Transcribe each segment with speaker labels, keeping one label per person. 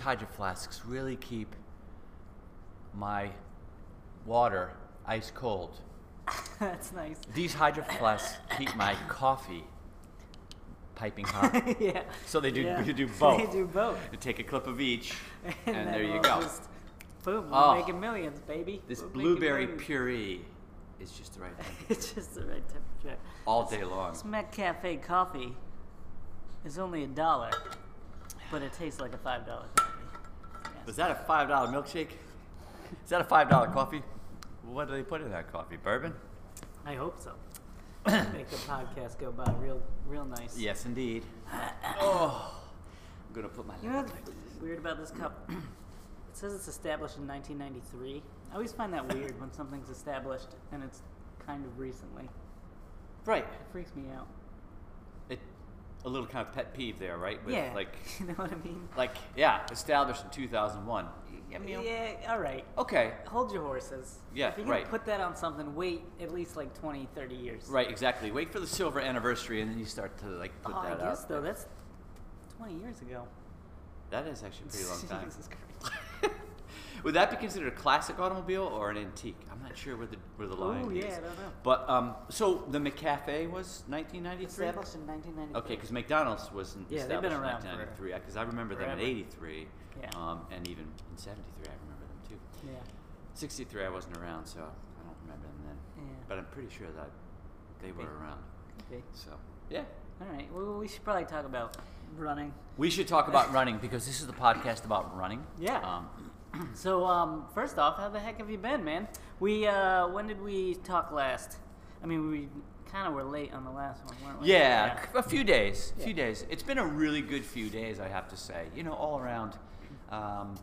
Speaker 1: hydro flasks really keep my water ice cold.
Speaker 2: That's nice.
Speaker 1: These hydro flasks keep my coffee piping hot.
Speaker 2: yeah.
Speaker 1: So they do-
Speaker 2: Yeah.
Speaker 1: you do both.
Speaker 2: They do both.
Speaker 1: You Take a clip of each, and,
Speaker 2: then
Speaker 1: there you
Speaker 2: we'll
Speaker 1: go.
Speaker 2: just- boom, we're
Speaker 1: Oh.
Speaker 2: making millions, baby.
Speaker 1: this
Speaker 2: We're making
Speaker 1: blueberry
Speaker 2: millions.
Speaker 1: puree is just the right thing
Speaker 2: it's just the right temperature.
Speaker 1: all day long.
Speaker 2: This Met Cafe coffee is only a dollar, but it tastes like a five dollar coffee.
Speaker 1: Was that a five dollar milkshake? Is that a five dollar coffee? What do they put in that coffee? Bourbon?
Speaker 2: I hope so. Make the podcast go by real, real nice.
Speaker 1: Yes, indeed. oh, I'm gonna put my.
Speaker 2: You know what's weird about this cup? It says it's established in 1993. I always find that weird when something's established and it's kind of recently.
Speaker 1: right.
Speaker 2: It freaks me out.
Speaker 1: It, a little kind of pet peeve there, right? With,
Speaker 2: yeah.
Speaker 1: Like,
Speaker 2: you know what I mean?
Speaker 1: like yeah, established in 2001. I mean,
Speaker 2: Yeah, all right.
Speaker 1: okay,
Speaker 2: Hold your horses.
Speaker 1: Yeah,
Speaker 2: If you're gonna
Speaker 1: right.
Speaker 2: put that on something, wait at least like 20, 30 years.
Speaker 1: right, exactly. Wait for the silver anniversary, and then you start to like put
Speaker 2: Oh, I
Speaker 1: that
Speaker 2: guess
Speaker 1: out.
Speaker 2: though that's 20 years ago.
Speaker 1: That is actually a pretty long time.
Speaker 2: Jesus Christ.
Speaker 1: Would that be considered a classic automobile or an antique? I'm not sure where the where the line
Speaker 2: Ooh,
Speaker 1: is.
Speaker 2: yeah, I don't know.
Speaker 1: But um, so the McCafe was 1993.
Speaker 2: Established in 1993.
Speaker 1: Okay, because McDonald's wasn't
Speaker 2: Yeah, they've
Speaker 1: established
Speaker 2: been
Speaker 1: in
Speaker 2: around
Speaker 1: 1993. Because I remember them in
Speaker 2: forever.
Speaker 1: '83,
Speaker 2: Yeah.
Speaker 1: um, and even in '73, I remember them too.
Speaker 2: Yeah.
Speaker 1: '63, I wasn't around, so I don't remember them then.
Speaker 2: Yeah.
Speaker 1: But I'm pretty sure that they were
Speaker 2: be.
Speaker 1: around.
Speaker 2: Okay.
Speaker 1: So yeah.
Speaker 2: All right. Well, we should probably talk about running.
Speaker 1: We should talk about running because this is the podcast about running. Um,
Speaker 2: Yeah. So, um, first off, how the heck have you been, man? We uh, when did we talk last? I mean, we kind of were late on the last one, weren't we?
Speaker 1: Yeah, c- a few days.
Speaker 2: Oh, Yeah.
Speaker 1: Few days. It's been a really good few days, I have to say. You know, all around, um,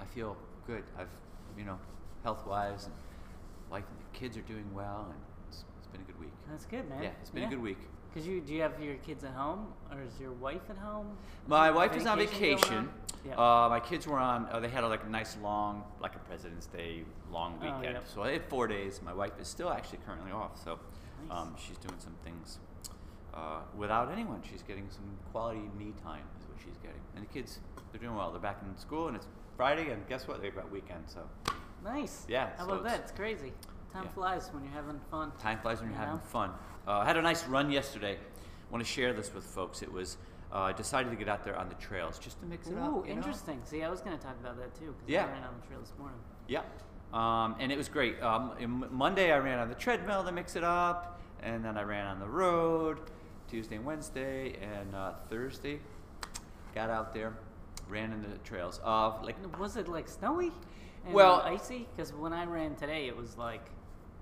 Speaker 1: I feel good. I've, you know, health wise, and like the kids are doing well, and it's, it's been a good week.
Speaker 2: That's good, man.
Speaker 1: Yeah, it's been a good week.
Speaker 2: Cause you do you have your kids at home, or is your wife at home?
Speaker 1: My wife is on
Speaker 2: going
Speaker 1: vacation.
Speaker 2: Yeah.
Speaker 1: Uh, my kids were on. Uh, they had a, like a nice long, like a President's Day long
Speaker 2: Oh,
Speaker 1: weekend.
Speaker 2: yep.
Speaker 1: So I had four days. My wife is still actually currently off. So
Speaker 2: Nice.
Speaker 1: um, she's doing some things uh, without anyone. She's getting some quality me time is what she's getting. And the kids, they're doing well. They're back in school, and it's Friday. And guess what? They've got weekend. So
Speaker 2: nice.
Speaker 1: Yeah,
Speaker 2: How
Speaker 1: so
Speaker 2: about
Speaker 1: it's-
Speaker 2: that? It's crazy. Time
Speaker 1: Yeah.
Speaker 2: flies when you're having fun.
Speaker 1: Time flies when you're
Speaker 2: You
Speaker 1: having
Speaker 2: know?
Speaker 1: fun. Uh, I had a nice run yesterday. want to share this with folks. It was uh, I decided to get out there on the trails just to mix it up.
Speaker 2: Ooh,
Speaker 1: you know?
Speaker 2: interesting. See, I was gonna talk about that too. Cause
Speaker 1: Yeah.
Speaker 2: I ran on the trail this morning.
Speaker 1: Yeah. Um, and it was great. Um, in- Monday I ran on the treadmill to mix it up, and then I ran on the road Tuesday and Wednesday, and uh, Thursday got out there, ran in the trails. Uh, like
Speaker 2: Was it like snowy? And
Speaker 1: Well-
Speaker 2: icy? Because when I ran today, it was like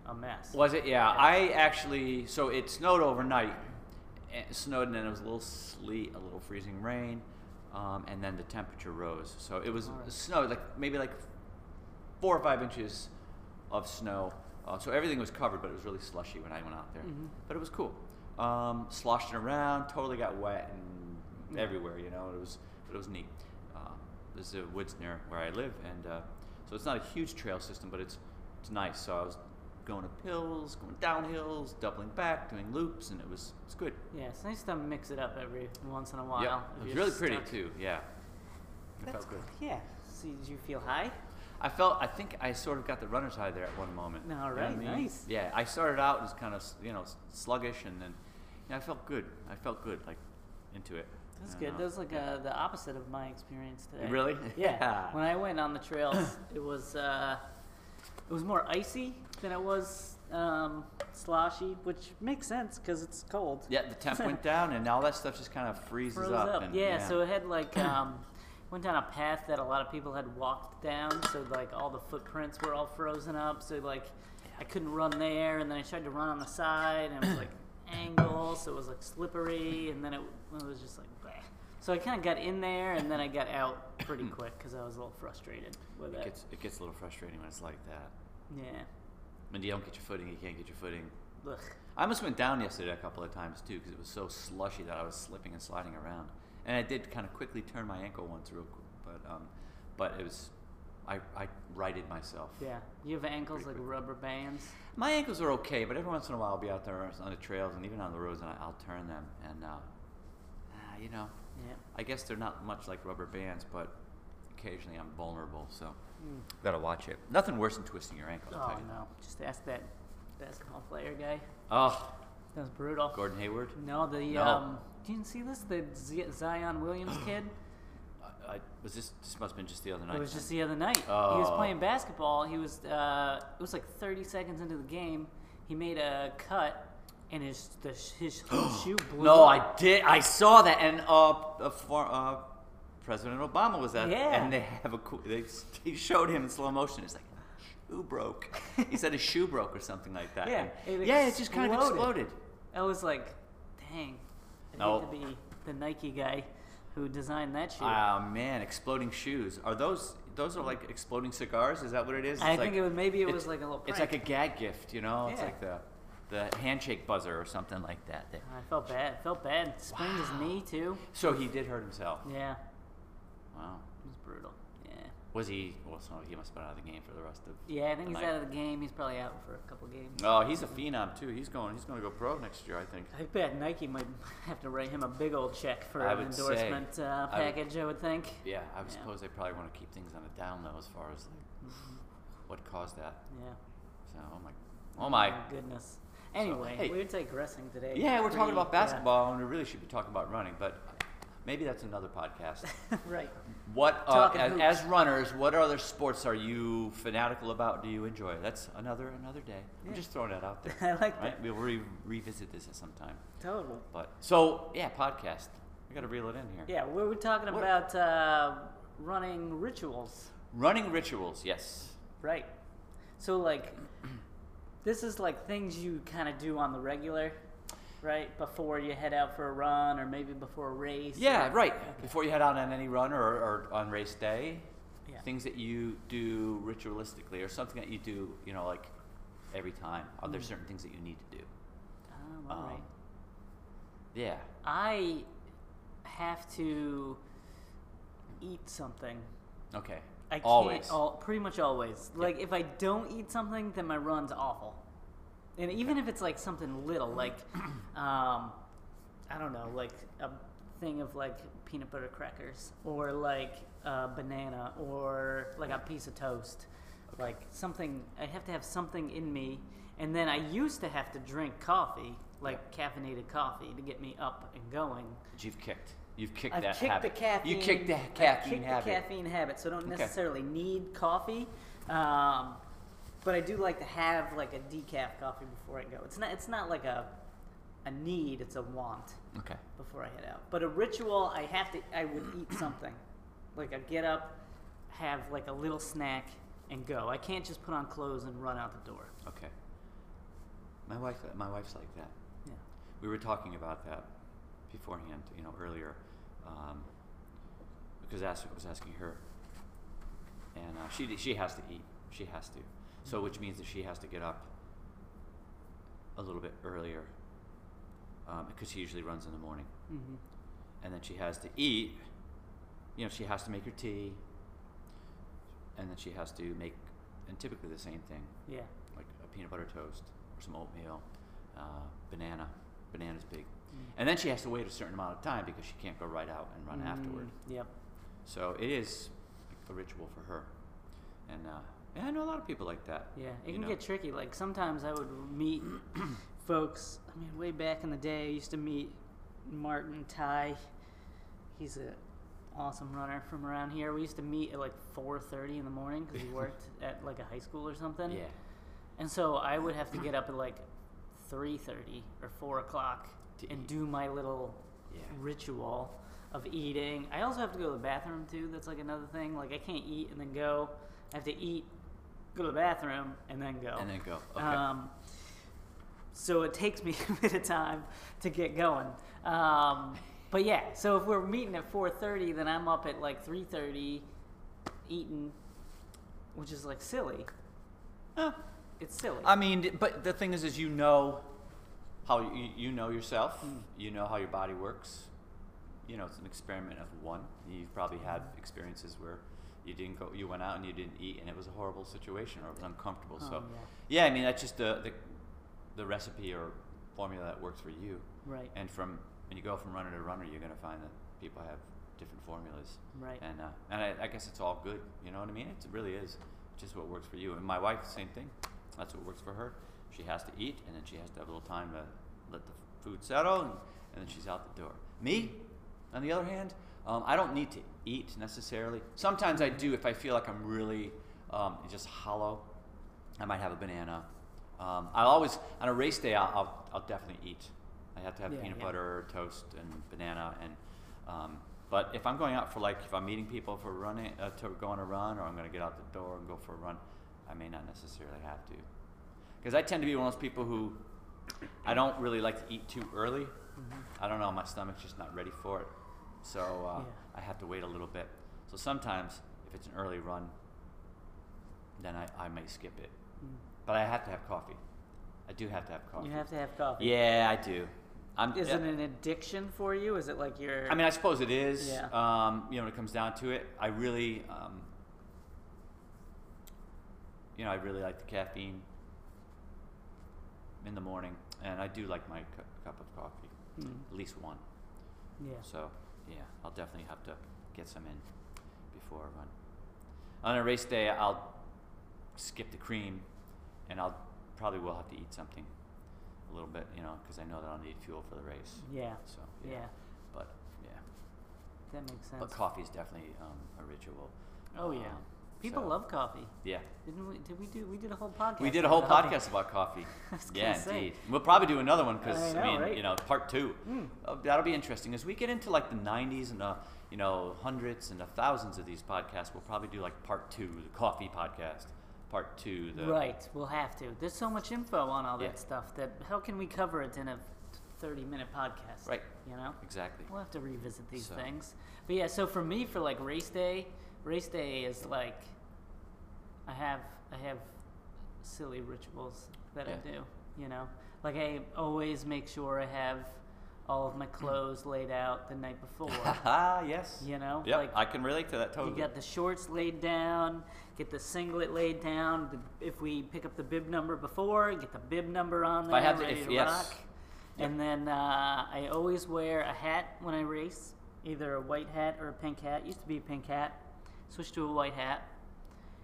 Speaker 2: a mess.
Speaker 1: was it? Yeah, I actually so it snowed overnight. It snowed and then it was a little sleet, a little freezing rain, um, and then the temperature rose. So it was
Speaker 2: Alright.
Speaker 1: snow like maybe like four or five inches of snow. Uh, so everything was covered, but it was really slushy when I went out there.
Speaker 2: Mhm.
Speaker 1: But it was cool. Um, sloshing around, totally got wet and
Speaker 2: Yeah.
Speaker 1: everywhere, you know. It was, but it was neat. Uh, there's a woods near where I live, and uh, so it's not a huge trail system, but it's it's nice. So I was going up hills, going down hills, doubling back, doing loops, and it was it's good.
Speaker 2: Yeah, it's nice to mix it up every once in a while.
Speaker 1: Yeah,
Speaker 2: if
Speaker 1: it was
Speaker 2: you're
Speaker 1: really pretty
Speaker 2: stuck.
Speaker 1: too. Yeah, it
Speaker 2: That's
Speaker 1: felt good.
Speaker 2: cool. Yeah. So did you feel high?
Speaker 1: I felt. I think I sort of got the runner's high there at one moment.
Speaker 2: All
Speaker 1: You know what
Speaker 2: right, nice.
Speaker 1: Yeah, I started out as kind of you know s- sluggish, and then you know, I felt good. I felt good, like into it.
Speaker 2: That's
Speaker 1: I
Speaker 2: good.
Speaker 1: don't know.
Speaker 2: That was like uh, the opposite of my experience today.
Speaker 1: Really?
Speaker 2: Yeah. When I went on the trails, it was uh, it was more icy than it was um, sloshy, which makes sense because it's cold.
Speaker 1: yeah, the temp went down, and all that stuff just kind of freezes
Speaker 2: Froze
Speaker 1: up.
Speaker 2: up.
Speaker 1: and-
Speaker 2: yeah, So it had like um, went down a path that a lot of people had walked down, so like all the footprints were all frozen up. So like I couldn't run there, and then I tried to run on the side, and it was like angle, so it was like slippery, and then it, it was just like. Bleh. So I kind of got in there, and then I got out pretty quick because I was a little frustrated with
Speaker 1: it
Speaker 2: it.
Speaker 1: gets it gets a little frustrating when it's like that.
Speaker 2: Yeah.
Speaker 1: When you don't get your footing, you can't get your footing.
Speaker 2: Ugh.
Speaker 1: I almost went down yesterday a couple of times too because it was so slushy that I was slipping and sliding around, and I did kind of quickly turn my ankle once, real quick. But um, but it was, I I righted myself.
Speaker 2: Yeah. You have ankles like
Speaker 1: Pretty
Speaker 2: rubber bands.
Speaker 1: My ankles are okay, but every once in a while I'll be out there on the trails and even on the roads and I, I'll turn them, and uh, ah, you know,
Speaker 2: Yeah.
Speaker 1: I guess they're not much like rubber bands, but occasionally I'm vulnerable, so
Speaker 2: Mm.
Speaker 1: gotta watch it. Nothing worse than twisting your ankle. I'll
Speaker 2: Oh
Speaker 1: tell you.
Speaker 2: no! Just ask that basketball player guy.
Speaker 1: Oh,
Speaker 2: That was brutal.
Speaker 1: Gordon Hayward.
Speaker 2: No, the
Speaker 1: No.
Speaker 2: um. You didn't see this? The Z- Zion Williams kid.
Speaker 1: I, I was this. This must have been just the other night.
Speaker 2: It was
Speaker 1: then.
Speaker 2: just the other night. He was
Speaker 1: Oh.
Speaker 2: playing basketball. He was. Uh, it was like 30 seconds into the game. He made a cut, and his the, sh- his whole shoe blew.
Speaker 1: No,
Speaker 2: up.
Speaker 1: I did. I saw that, and uh, uh, for, uh President Obama was at,
Speaker 2: Yeah.
Speaker 1: and they have a cool. They, they showed him in slow motion. It's like shoe broke. he said his shoe broke or something like that.
Speaker 2: Yeah,
Speaker 1: and,
Speaker 2: it
Speaker 1: yeah, it just kind of exploded.
Speaker 2: exploded. I was like, dang. I
Speaker 1: No.
Speaker 2: hate to be the Nike guy who designed that shoe.
Speaker 1: Ah man, exploding shoes. Are those? Those are like exploding cigars. Is that what it is?
Speaker 2: I
Speaker 1: It's
Speaker 2: think
Speaker 1: like-
Speaker 2: it was maybe it
Speaker 1: it's-
Speaker 2: was like a little.
Speaker 1: It's
Speaker 2: prank.
Speaker 1: like a gag gift, you know. It's
Speaker 2: Yeah.
Speaker 1: like the the handshake buzzer or something like that. They-
Speaker 2: I felt bad. Felt bad. Sprained his knee too.
Speaker 1: So he did hurt himself.
Speaker 2: Yeah,
Speaker 1: Wow.
Speaker 2: it was brutal. Yeah.
Speaker 1: Was he? Well, so he must have been out of the game for the rest of.
Speaker 2: Yeah, I think
Speaker 1: the
Speaker 2: he's
Speaker 1: night.
Speaker 2: out of the game. He's probably out for a couple games.
Speaker 1: Oh, he's a phenom too. He's going. He's going to go pro next year, I think.
Speaker 2: I bet Nike might have to write him a big old check for
Speaker 1: I
Speaker 2: an
Speaker 1: would say-
Speaker 2: endorsement uh,
Speaker 1: I would-
Speaker 2: package. I would think.
Speaker 1: Yeah, I would
Speaker 2: Yeah.
Speaker 1: suppose they probably want to keep things on the down low as far as like what caused that.
Speaker 2: Yeah.
Speaker 1: So, oh my, oh my.
Speaker 2: goodness. Anyway,
Speaker 1: hey.
Speaker 2: we were digressing today.
Speaker 1: Yeah, we're talking
Speaker 2: Pretty-
Speaker 1: about basketball, and we really should be talking about running, but maybe that's another podcast.
Speaker 2: yeah. right.
Speaker 1: What uh,
Speaker 2: Talking
Speaker 1: as,
Speaker 2: hoops.
Speaker 1: as runners, what other sports are you fanatical about? Do you enjoy? That's another another day.
Speaker 2: Yeah.
Speaker 1: I'm just throwing that out there.
Speaker 2: I like
Speaker 1: Right? We'll re- revisit this at some time.
Speaker 2: Totally.
Speaker 1: But so yeah, podcast. We got to reel it in here.
Speaker 2: Yeah, we were talking
Speaker 1: What-
Speaker 2: about uh, running rituals.
Speaker 1: Running rituals. Yes.
Speaker 2: Right. So like this is like things you kind of do on the regular, right? Before you head out for a run or maybe before a race.
Speaker 1: Yeah,
Speaker 2: or-
Speaker 1: right. Before you head out on any run or, or on race day,
Speaker 2: Yeah.
Speaker 1: things that you do ritualistically or something that you do, you know, like every time. Are
Speaker 2: Mm.
Speaker 1: there certain things that you need to do?
Speaker 2: Um, all right.
Speaker 1: Um, Yeah.
Speaker 2: I have to eat something.
Speaker 1: Okay.
Speaker 2: I can't
Speaker 1: Always.
Speaker 2: All, pretty much always. Like if I don't eat something, then my run's awful. And even if it's like something little, like um, I don't know, like a thing of like peanut butter crackers or like a banana or like a piece of toast. Like something I have to have something in me and then I used to have to drink coffee, like caffeinated coffee to get me up and going.
Speaker 1: But you've kicked. You've kicked
Speaker 2: I've
Speaker 1: that
Speaker 2: kicked
Speaker 1: habit.
Speaker 2: the caffeine.
Speaker 1: You kicked the
Speaker 2: I've
Speaker 1: caffeine
Speaker 2: kicked
Speaker 1: habit.
Speaker 2: the caffeine habit, so I don't
Speaker 1: Okay.
Speaker 2: necessarily need coffee. Um, but I do like to have like a decaf coffee before I go. It's not. It's not like a a need. It's a want
Speaker 1: Okay.
Speaker 2: before I head out. But a ritual, I have to. I would eat something. Like I get up, have like a little snack, and go. I can't just put on clothes and run out the door.
Speaker 1: Okay. My wife. My wife's like that.
Speaker 2: Yeah.
Speaker 1: We were talking about that beforehand, you know, earlier, um, because that's what I was asking her, and uh, she she has to eat, she has to, so which means that she has to get up a little bit earlier, um, because she usually runs in the morning,
Speaker 2: Mm-hmm.
Speaker 1: and then she has to eat, you know, she has to make her tea, and then she has to make, and typically the same thing,
Speaker 2: Yeah.
Speaker 1: like a peanut butter toast or some oatmeal, uh, banana. Banana's big.
Speaker 2: Mm.
Speaker 1: And then she has to wait a certain amount of time because she can't go right out and run
Speaker 2: Mm,
Speaker 1: afterward.
Speaker 2: Yep.
Speaker 1: So it is a ritual for her. And, uh, and I know a lot of people like that.
Speaker 2: Yeah, it
Speaker 1: you
Speaker 2: can
Speaker 1: know?
Speaker 2: get tricky. Like sometimes I would meet folks. I mean, way back in the day, I used to meet Martin Ty. He's a awesome runner from around here. We used to meet at like 4:30 in the morning because he worked at like a high school or something.
Speaker 1: Yeah.
Speaker 2: And so I would have to get up at like 3:30 or 4 o'clock
Speaker 1: To
Speaker 2: and
Speaker 1: eat.
Speaker 2: do my little
Speaker 1: Yeah.
Speaker 2: ritual of eating. I also have to go to the bathroom too. That's like another thing. Like I can't eat and then go. I have to eat, go to the bathroom, and then go.
Speaker 1: And then go. Okay.
Speaker 2: Um, so it takes me a bit of time to get going. Um, but yeah, so if we're meeting at 4:30, then I'm up at like 3:30, eating, which is like silly.
Speaker 1: Eh,
Speaker 2: It's silly.
Speaker 1: I mean, d- but the thing is, is you know how you, you know yourself, you know how your body works. You know, it's an experiment of one. You've probably had experiences where you didn't go, you went out and you didn't eat, and it was a horrible situation or it was uncomfortable.
Speaker 2: Oh,
Speaker 1: so, yeah. I mean, that's just the, the the recipe or formula that works for you.
Speaker 2: right.
Speaker 1: And from when you go from runner to runner, you're gonna find that people have different formulas.
Speaker 2: Right.
Speaker 1: And uh, and I, I guess it's all good. You know what I mean? It really is just what works for you. And my wife, same thing. That's what works for her. She has to eat, and then she has to have a little time to let the food settle, and, and then she's out the door. Me, on the other hand, um, I don't need to eat necessarily. Sometimes I do if I feel like I'm really um, just hollow. I might have a banana. Um, I always on a race day I'll, I'll, I'll definitely eat. I have to have
Speaker 2: Yeah,
Speaker 1: peanut
Speaker 2: yeah.
Speaker 1: butter, toast, and banana. And um, but if I'm going out for like if I'm meeting people for running uh, to go on a run, or I'm going to get out the door and go for a run, I may not necessarily have to, because I tend to be one of those people who I don't really like to eat too early.
Speaker 2: Mm-hmm.
Speaker 1: I don't know, my stomach's just not ready for it, so uh,
Speaker 2: Yeah.
Speaker 1: I have to wait a little bit. So sometimes if it's an early run, then I, I may skip it.
Speaker 2: Mm.
Speaker 1: But I have to have coffee. I do have to have coffee.
Speaker 2: You have to have coffee.
Speaker 1: Yeah, I do. I'm,
Speaker 2: Is
Speaker 1: yeah.
Speaker 2: it an addiction for you? Is it like your?
Speaker 1: I mean, I suppose it is.
Speaker 2: Yeah.
Speaker 1: Um, you know, when it comes down to it, I really, um, you know, I really like the caffeine in the morning, and I do like my cu- cup of coffee,
Speaker 2: Mm.
Speaker 1: at least one.
Speaker 2: yeah.
Speaker 1: So, yeah, I'll definitely have to get some in before I run. On a race day, I'll skip the cream, and I'll probably will have to eat something a little bit, you know, because I know that I'll need fuel for the race.
Speaker 2: Yeah.
Speaker 1: So
Speaker 2: Mm-hmm. Yeah.
Speaker 1: yeah, but yeah,
Speaker 2: That makes sense.
Speaker 1: but coffee is definitely um, a ritual.
Speaker 2: Oh yeah.
Speaker 1: Um,
Speaker 2: People
Speaker 1: so-
Speaker 2: love coffee.
Speaker 1: Yeah,
Speaker 2: Didn't we? Did we do? We did a whole podcast.
Speaker 1: we did a whole
Speaker 2: about coffee.
Speaker 1: podcast about coffee.
Speaker 2: I was gonna
Speaker 1: yeah,
Speaker 2: say.
Speaker 1: indeed. We'll probably do another one
Speaker 2: I
Speaker 1: because I,
Speaker 2: know,
Speaker 1: mean,
Speaker 2: right?
Speaker 1: you know, part two.
Speaker 2: Mm.
Speaker 1: Uh, that'll be interesting as we get into like the '90s and the you know hundreds and the thousands of these podcasts. We'll probably do like part two, the coffee podcast. Part two, the
Speaker 2: Right, we'll have to. There's so much info on all that
Speaker 1: Yeah.
Speaker 2: stuff that how can we cover it in a 30 minute podcast?
Speaker 1: Right.
Speaker 2: You know?
Speaker 1: exactly.
Speaker 2: We'll have to revisit these
Speaker 1: So-
Speaker 2: things. But yeah, so for me, for like race day, race day is like I have I have silly rituals that I
Speaker 1: Yeah.
Speaker 2: do. You know, like I always make sure I have all of my clothes laid out the night before.
Speaker 1: Haha, yes.
Speaker 2: You know,
Speaker 1: Yep,
Speaker 2: like-
Speaker 1: I can relate to that
Speaker 2: You
Speaker 1: totally.
Speaker 2: got the shorts laid down, get the singlet laid down. The, if we pick up the bib number before, get the bib number on
Speaker 1: If
Speaker 2: there,
Speaker 1: I have to-
Speaker 2: ready
Speaker 1: if-
Speaker 2: to
Speaker 1: yes.
Speaker 2: rock. And then uh, I always wear a hat when I race, either a white hat or a pink hat. Used to be a pink hat, switched to a white hat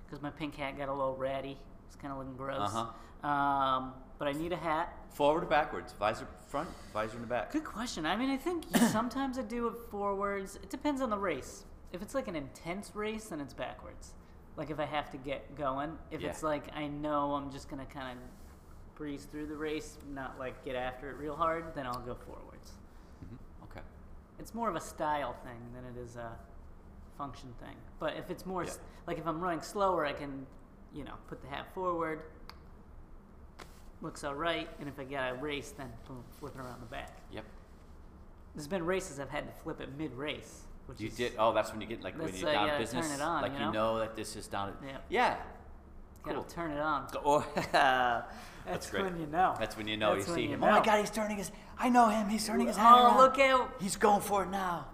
Speaker 2: because my pink hat got a little ratty. It's kind of looking gross.
Speaker 1: Uh-huh.
Speaker 2: Um, but I need a hat.
Speaker 1: Forward or backwards, visor front, visor in the back.
Speaker 2: Good question. I mean, I think sometimes I do it forwards. It depends on the race. If it's like an intense race, then it's backwards. Like if I have to get going. If
Speaker 1: Yeah.
Speaker 2: it's like I know I'm just gonna kind of breeze through the race, not like get after it real hard, then I'll go forwards.
Speaker 1: Mhm, Okay.
Speaker 2: It's more of a style thing than it is a function thing. But if it's more s
Speaker 1: Yeah.
Speaker 2: like if I'm running slower, I can, you know, put the hat forward. Looks all right, and if I got a race, then boom, flip it around the back.
Speaker 1: Yep.
Speaker 2: There's been races I've had to flip at mid race, which
Speaker 1: You
Speaker 2: is
Speaker 1: did. Oh, that's when you get like when
Speaker 2: That's,
Speaker 1: you're
Speaker 2: uh,
Speaker 1: down
Speaker 2: yeah,
Speaker 1: to
Speaker 2: turn
Speaker 1: business.
Speaker 2: it on,
Speaker 1: like
Speaker 2: you
Speaker 1: you
Speaker 2: know?
Speaker 1: know? that this is down.
Speaker 2: Yeah.
Speaker 1: Yeah.
Speaker 2: gotta
Speaker 1: cool.
Speaker 2: turn it on.
Speaker 1: Go- Or that's,
Speaker 2: That's
Speaker 1: great.
Speaker 2: when you know.
Speaker 1: That's when you know.
Speaker 2: That's
Speaker 1: you
Speaker 2: when
Speaker 1: see
Speaker 2: you
Speaker 1: him. Oh my
Speaker 2: know.
Speaker 1: God, he's turning his. I know him. He's turning his head.
Speaker 2: Oh,
Speaker 1: around.
Speaker 2: look out!
Speaker 1: He's going for it now.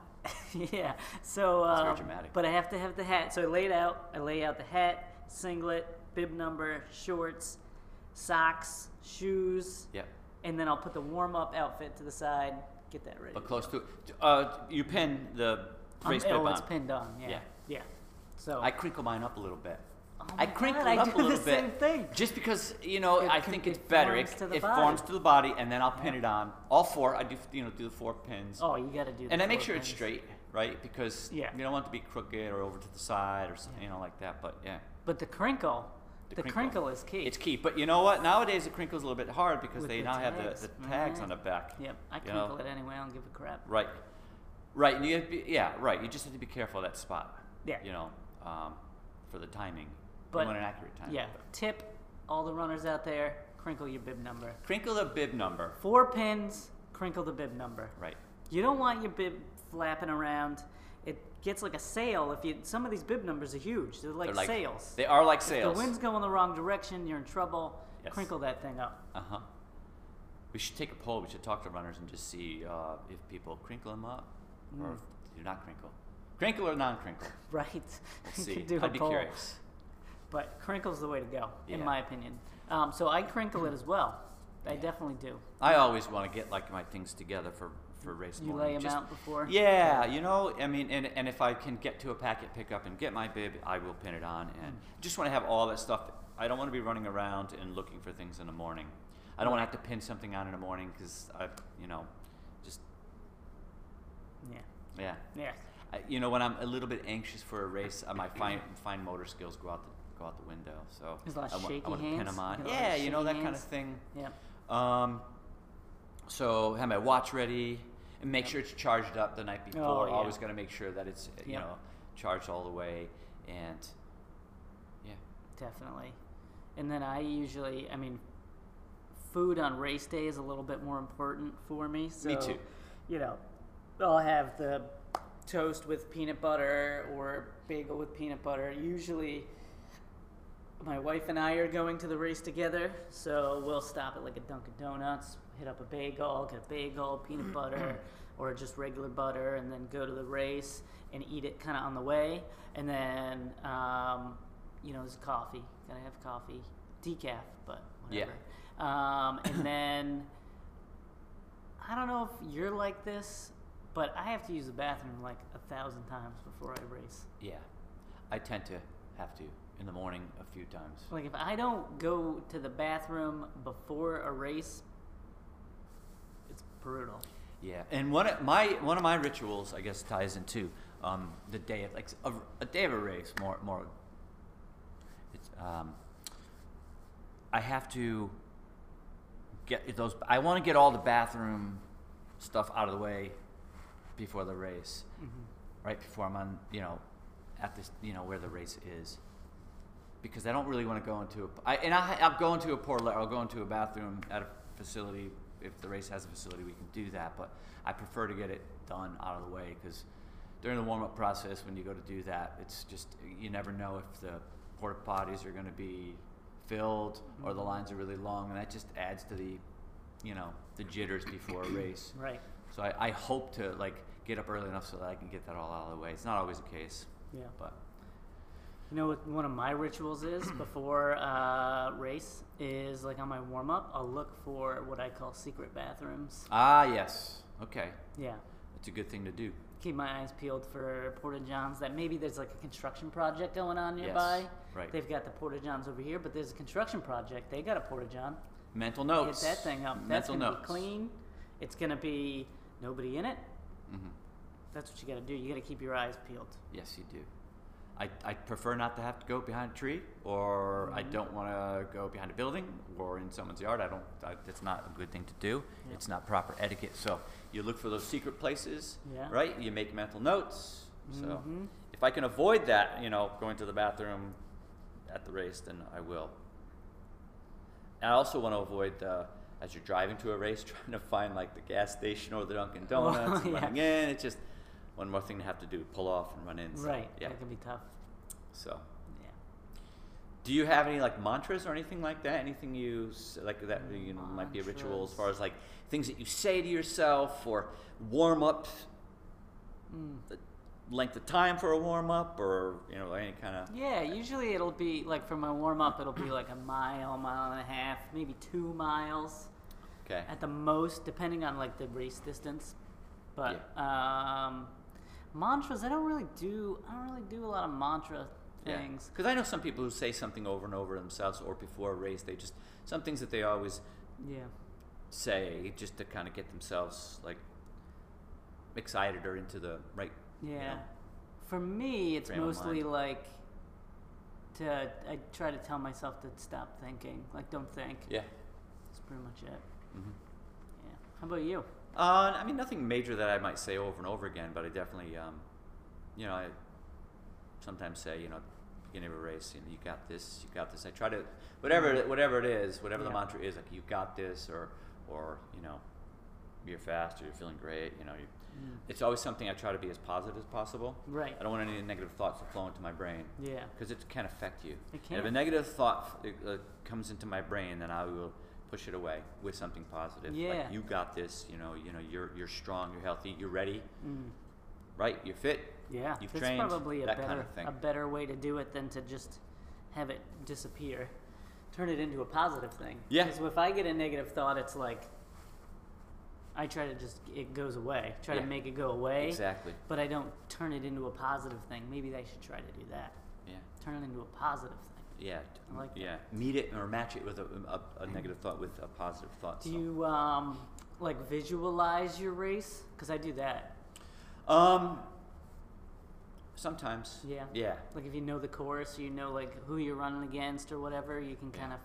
Speaker 2: yeah. So, um,
Speaker 1: very dramatic.
Speaker 2: but I have to have the hat. So I laid out. I lay out the hat, singlet, bib number, shorts, socks, shoes,
Speaker 1: Yep.
Speaker 2: and then I'll put the warm up outfit to the side. Get that ready.
Speaker 1: But close to. Uh, you pin the
Speaker 2: I'm,
Speaker 1: race
Speaker 2: oh,
Speaker 1: bib
Speaker 2: it's
Speaker 1: on.
Speaker 2: pinned on. Yeah. Yeah.
Speaker 1: Yeah.
Speaker 2: So
Speaker 1: I crinkle mine up a little bit.
Speaker 2: Oh my
Speaker 1: I
Speaker 2: God,
Speaker 1: crinkle
Speaker 2: I
Speaker 1: it up
Speaker 2: do
Speaker 1: a little
Speaker 2: the
Speaker 1: bit.
Speaker 2: same thing.
Speaker 1: Just because you know,
Speaker 2: It
Speaker 1: I
Speaker 2: con-
Speaker 1: think
Speaker 2: it
Speaker 1: it's better.
Speaker 2: forms
Speaker 1: it
Speaker 2: to the
Speaker 1: it
Speaker 2: body.
Speaker 1: forms to the body, and then I'll pin it on. All four. I do you know do the four pins.
Speaker 2: oh, you gotta do. the
Speaker 1: and I make
Speaker 2: four
Speaker 1: sure it's
Speaker 2: pins.
Speaker 1: straight, right? Because
Speaker 2: Yeah.
Speaker 1: you don't want it to be crooked or over to the side or something,
Speaker 2: Yeah.
Speaker 1: you know, like that. But yeah,
Speaker 2: But the crinkle, the, crinkle. is key.
Speaker 1: It's key. But you know what? Nowadays the crinkle's a little bit hard because
Speaker 2: With
Speaker 1: they
Speaker 2: the
Speaker 1: now have
Speaker 2: tags.
Speaker 1: the, the tags
Speaker 2: Mhm.
Speaker 1: on the back.
Speaker 2: Yep, I
Speaker 1: you know?
Speaker 2: crinkle it anyway. I don't give a crap.
Speaker 1: Right, right. And you have to be, yeah, right. You just have to be careful of that spot.
Speaker 2: Yeah.
Speaker 1: You know, um, for the timing.
Speaker 2: But-
Speaker 1: you want an accurate time.
Speaker 2: Yeah. Tip all the runners out there: crinkle your bib number.
Speaker 1: Crinkle the bib number.
Speaker 2: Four pins. Crinkle the bib number.
Speaker 1: Right.
Speaker 2: You don't want your bib flapping around. It gets like a sail. If you some of these bib numbers are huge. They're like,
Speaker 1: They're like
Speaker 2: sails.
Speaker 1: They are like
Speaker 2: If the
Speaker 1: sails.
Speaker 2: wind's going the wrong direction, you're in trouble.
Speaker 1: Yes.
Speaker 2: Crinkle that thing up.
Speaker 1: Uh huh. We should take a poll. We should talk to runners and just see uh, if people crinkle them up or
Speaker 2: Mm.
Speaker 1: if they do not crinkle. Crinkle or non crinkle?
Speaker 2: Right.
Speaker 1: We'll
Speaker 2: You
Speaker 1: see.
Speaker 2: could do a
Speaker 1: I'd be
Speaker 2: poll.
Speaker 1: curious.
Speaker 2: But crinkle's the way to go, in
Speaker 1: Yeah.
Speaker 2: my opinion. Um, so I crinkle it as well. I
Speaker 1: Yeah.
Speaker 2: definitely do.
Speaker 1: I always want to get like my things together for for race
Speaker 2: You
Speaker 1: morning.
Speaker 2: lay them
Speaker 1: Just-
Speaker 2: out before.
Speaker 1: Yeah, you know, I mean, and, and if I can get to a packet pickup and get my bib, I will pin it on. And
Speaker 2: Hmm.
Speaker 1: just want to have all that stuff. I don't want to be running around and looking for things in the morning. I don't want to have to pin something on in the morning because I, you know, just
Speaker 2: Yeah.
Speaker 1: yeah.
Speaker 2: Yeah.
Speaker 1: I, you know, when I'm a little bit anxious for a race, uh, my fine fine motor skills go out the go out the window. So
Speaker 2: There's a lot
Speaker 1: I,
Speaker 2: of
Speaker 1: wa-
Speaker 2: shaky
Speaker 1: I want to pin
Speaker 2: hands.
Speaker 1: them on.
Speaker 2: You get a lot
Speaker 1: Yeah,
Speaker 2: of
Speaker 1: you know
Speaker 2: shaky
Speaker 1: that kind of
Speaker 2: hands.
Speaker 1: thing.
Speaker 2: Yeah.
Speaker 1: Um, so have my watch ready and make sure it's charged up the night before.
Speaker 2: Oh, yeah.
Speaker 1: Always got to make sure that it's you
Speaker 2: Yep.
Speaker 1: know charged all the way. And yeah,
Speaker 2: Definitely. And then I usually, I mean, food on race day is a little bit more important for me. So,
Speaker 1: Me too.
Speaker 2: You know, I'll have the toast with peanut butter or bagel with peanut butter. Usually, my wife and I are going to the race together, so we'll stop at like a Dunkin' Donuts, hit up a bagel, get a bagel, peanut butter, or just regular butter, and then go to the race and eat it kind of on the way. And then, um, you know, there's coffee. Gotta have coffee, decaf, but
Speaker 1: Yeah.
Speaker 2: whatever. Um, and then, I don't know if you're like this, but I have to use the bathroom like a thousand times before I race.
Speaker 1: yeah, I tend to have to in the morning a few times.
Speaker 2: Like if I don't go to the bathroom before a race, it's brutal.
Speaker 1: Yeah, and one of my one of my rituals, I guess, ties into um, the day of like a, a day of a race. More more, it's um, I have to get those. I want to get all the bathroom stuff out of the way before the race, right before I'm on. You know, at this you know where the race is. Because I don't really want to go into a, I, and I, I'll go into a portal, I'll go into a bathroom at a facility. If the race has a facility, we can do that. But I prefer to get it done out of the way because during the warm up process, when you go to do that, it's just you never know if the porta potties are going to be filled or the lines are really long, and that just adds to the, you know, the jitters before a race.
Speaker 2: Right.
Speaker 1: So I, I hope to like get up early enough so that I can get that all out of the way. It's not always the case,
Speaker 2: Yeah.
Speaker 1: but
Speaker 2: You know what one of my rituals is before uh, race is like on my warm up, I'll look for what I call secret bathrooms.
Speaker 1: ah yes, okay,
Speaker 2: Yeah.
Speaker 1: that's a good thing to do.
Speaker 2: Keep my eyes peeled for Porta Johns that maybe there's like a construction project going on nearby.
Speaker 1: right.
Speaker 2: They've got the Porta Johns over here, but there's a construction project. They got a Porta John.
Speaker 1: Mental
Speaker 2: Get
Speaker 1: notes.
Speaker 2: that thing up. That's
Speaker 1: Mental
Speaker 2: gonna
Speaker 1: notes.
Speaker 2: be clean. It's gonna be nobody in it. That's what you gotta do. You gotta keep your eyes peeled.
Speaker 1: Mm-hmm. Yes, you do. I, I prefer not to have to go behind a tree, or I
Speaker 2: Mm-hmm.
Speaker 1: don't want to go behind a building or in someone's yard. I don't. I, that's not a good thing to do.
Speaker 2: Yeah.
Speaker 1: It's not proper etiquette. So you look for those secret places,
Speaker 2: Yeah.
Speaker 1: right? You make mental notes. So
Speaker 2: Mhm.
Speaker 1: if I can avoid that, you know, going to the bathroom at the race, then I will. And I also want to avoid the as you're driving to a race, trying to find like the gas station or the Dunkin'
Speaker 2: Oh,
Speaker 1: Donuts, and
Speaker 2: yeah.
Speaker 1: running in. It's just one more thing to have to do: pull off and run in. So,
Speaker 2: Right.
Speaker 1: Yeah.
Speaker 2: That can be tough.
Speaker 1: So,
Speaker 2: Yeah.
Speaker 1: do you have any like mantras or anything like that? Anything you s- like that you know, might be a ritual as far as like things that you say to yourself or warm up,
Speaker 2: Mm.
Speaker 1: the length of time for a warm up or you know any kind of
Speaker 2: Yeah, usually it'll be like for my warm up, it'll be like a mile, mile and a half, maybe two miles
Speaker 1: okay.
Speaker 2: at the most, depending on like the race distance. But um, mantras, I don't really do. I don't really do a lot of mantra things.
Speaker 1: Because I know some people who say something over and over themselves or before a race, they just some things that they always
Speaker 2: yeah.
Speaker 1: say just to kind of get themselves like excited or into the right.
Speaker 2: Yeah.
Speaker 1: you know,
Speaker 2: For me, it's
Speaker 1: frame of
Speaker 2: mostly
Speaker 1: mind.
Speaker 2: like to I try to tell myself to stop thinking, like don't think.
Speaker 1: yeah.
Speaker 2: That's pretty much it.
Speaker 1: hmm
Speaker 2: Yeah. How about you?
Speaker 1: Uh, I mean, nothing major that I might say over and over again, but I definitely, um, you know, I sometimes say, you know, beginning of a race, you know, you got this, you got this. I try to, whatever, it- whatever it is, whatever the
Speaker 2: Mm-hmm. Yeah.
Speaker 1: mantra is, like you got this, or, or you know, you're fast, or you're feeling great, you know, you. It's always something I try to be as positive as possible.
Speaker 2: Right.
Speaker 1: I don't want any negative thoughts to flow into my brain
Speaker 2: Yeah.
Speaker 1: because it can affect you.
Speaker 2: It
Speaker 1: And if a
Speaker 2: can.
Speaker 1: negative thought f- uh, comes into my brain, then I will push it away with something positive.
Speaker 2: Yeah.
Speaker 1: Like you got this. You know. You know. You're you're strong. You're healthy. You're ready.
Speaker 2: Mm.
Speaker 1: Right. You're fit.
Speaker 2: Yeah.
Speaker 1: You've
Speaker 2: That's
Speaker 1: trained,
Speaker 2: probably a
Speaker 1: that
Speaker 2: better
Speaker 1: kind of thing.
Speaker 2: a better way to do it than to just have it disappear. Turn it into a positive thing.
Speaker 1: Yeah.
Speaker 2: Because if I get a negative thought, it's like I try to just it goes away. Try
Speaker 1: Yeah.
Speaker 2: to make it go away.
Speaker 1: Exactly.
Speaker 2: But I don't turn it into a positive thing. Maybe they should try to do that.
Speaker 1: Yeah.
Speaker 2: Turn it into a positive thing.
Speaker 1: Yeah.
Speaker 2: I like that. Mm-hmm.
Speaker 1: yeah. Meet it or match it with a, a, a negative thought with a positive thought.
Speaker 2: Do
Speaker 1: so.
Speaker 2: you um like visualize your race? Because I do that.
Speaker 1: Um. Sometimes.
Speaker 2: Yeah.
Speaker 1: Yeah.
Speaker 2: Like if you know the course, you know like who you're running against or whatever, you can
Speaker 1: Yeah.
Speaker 2: kind of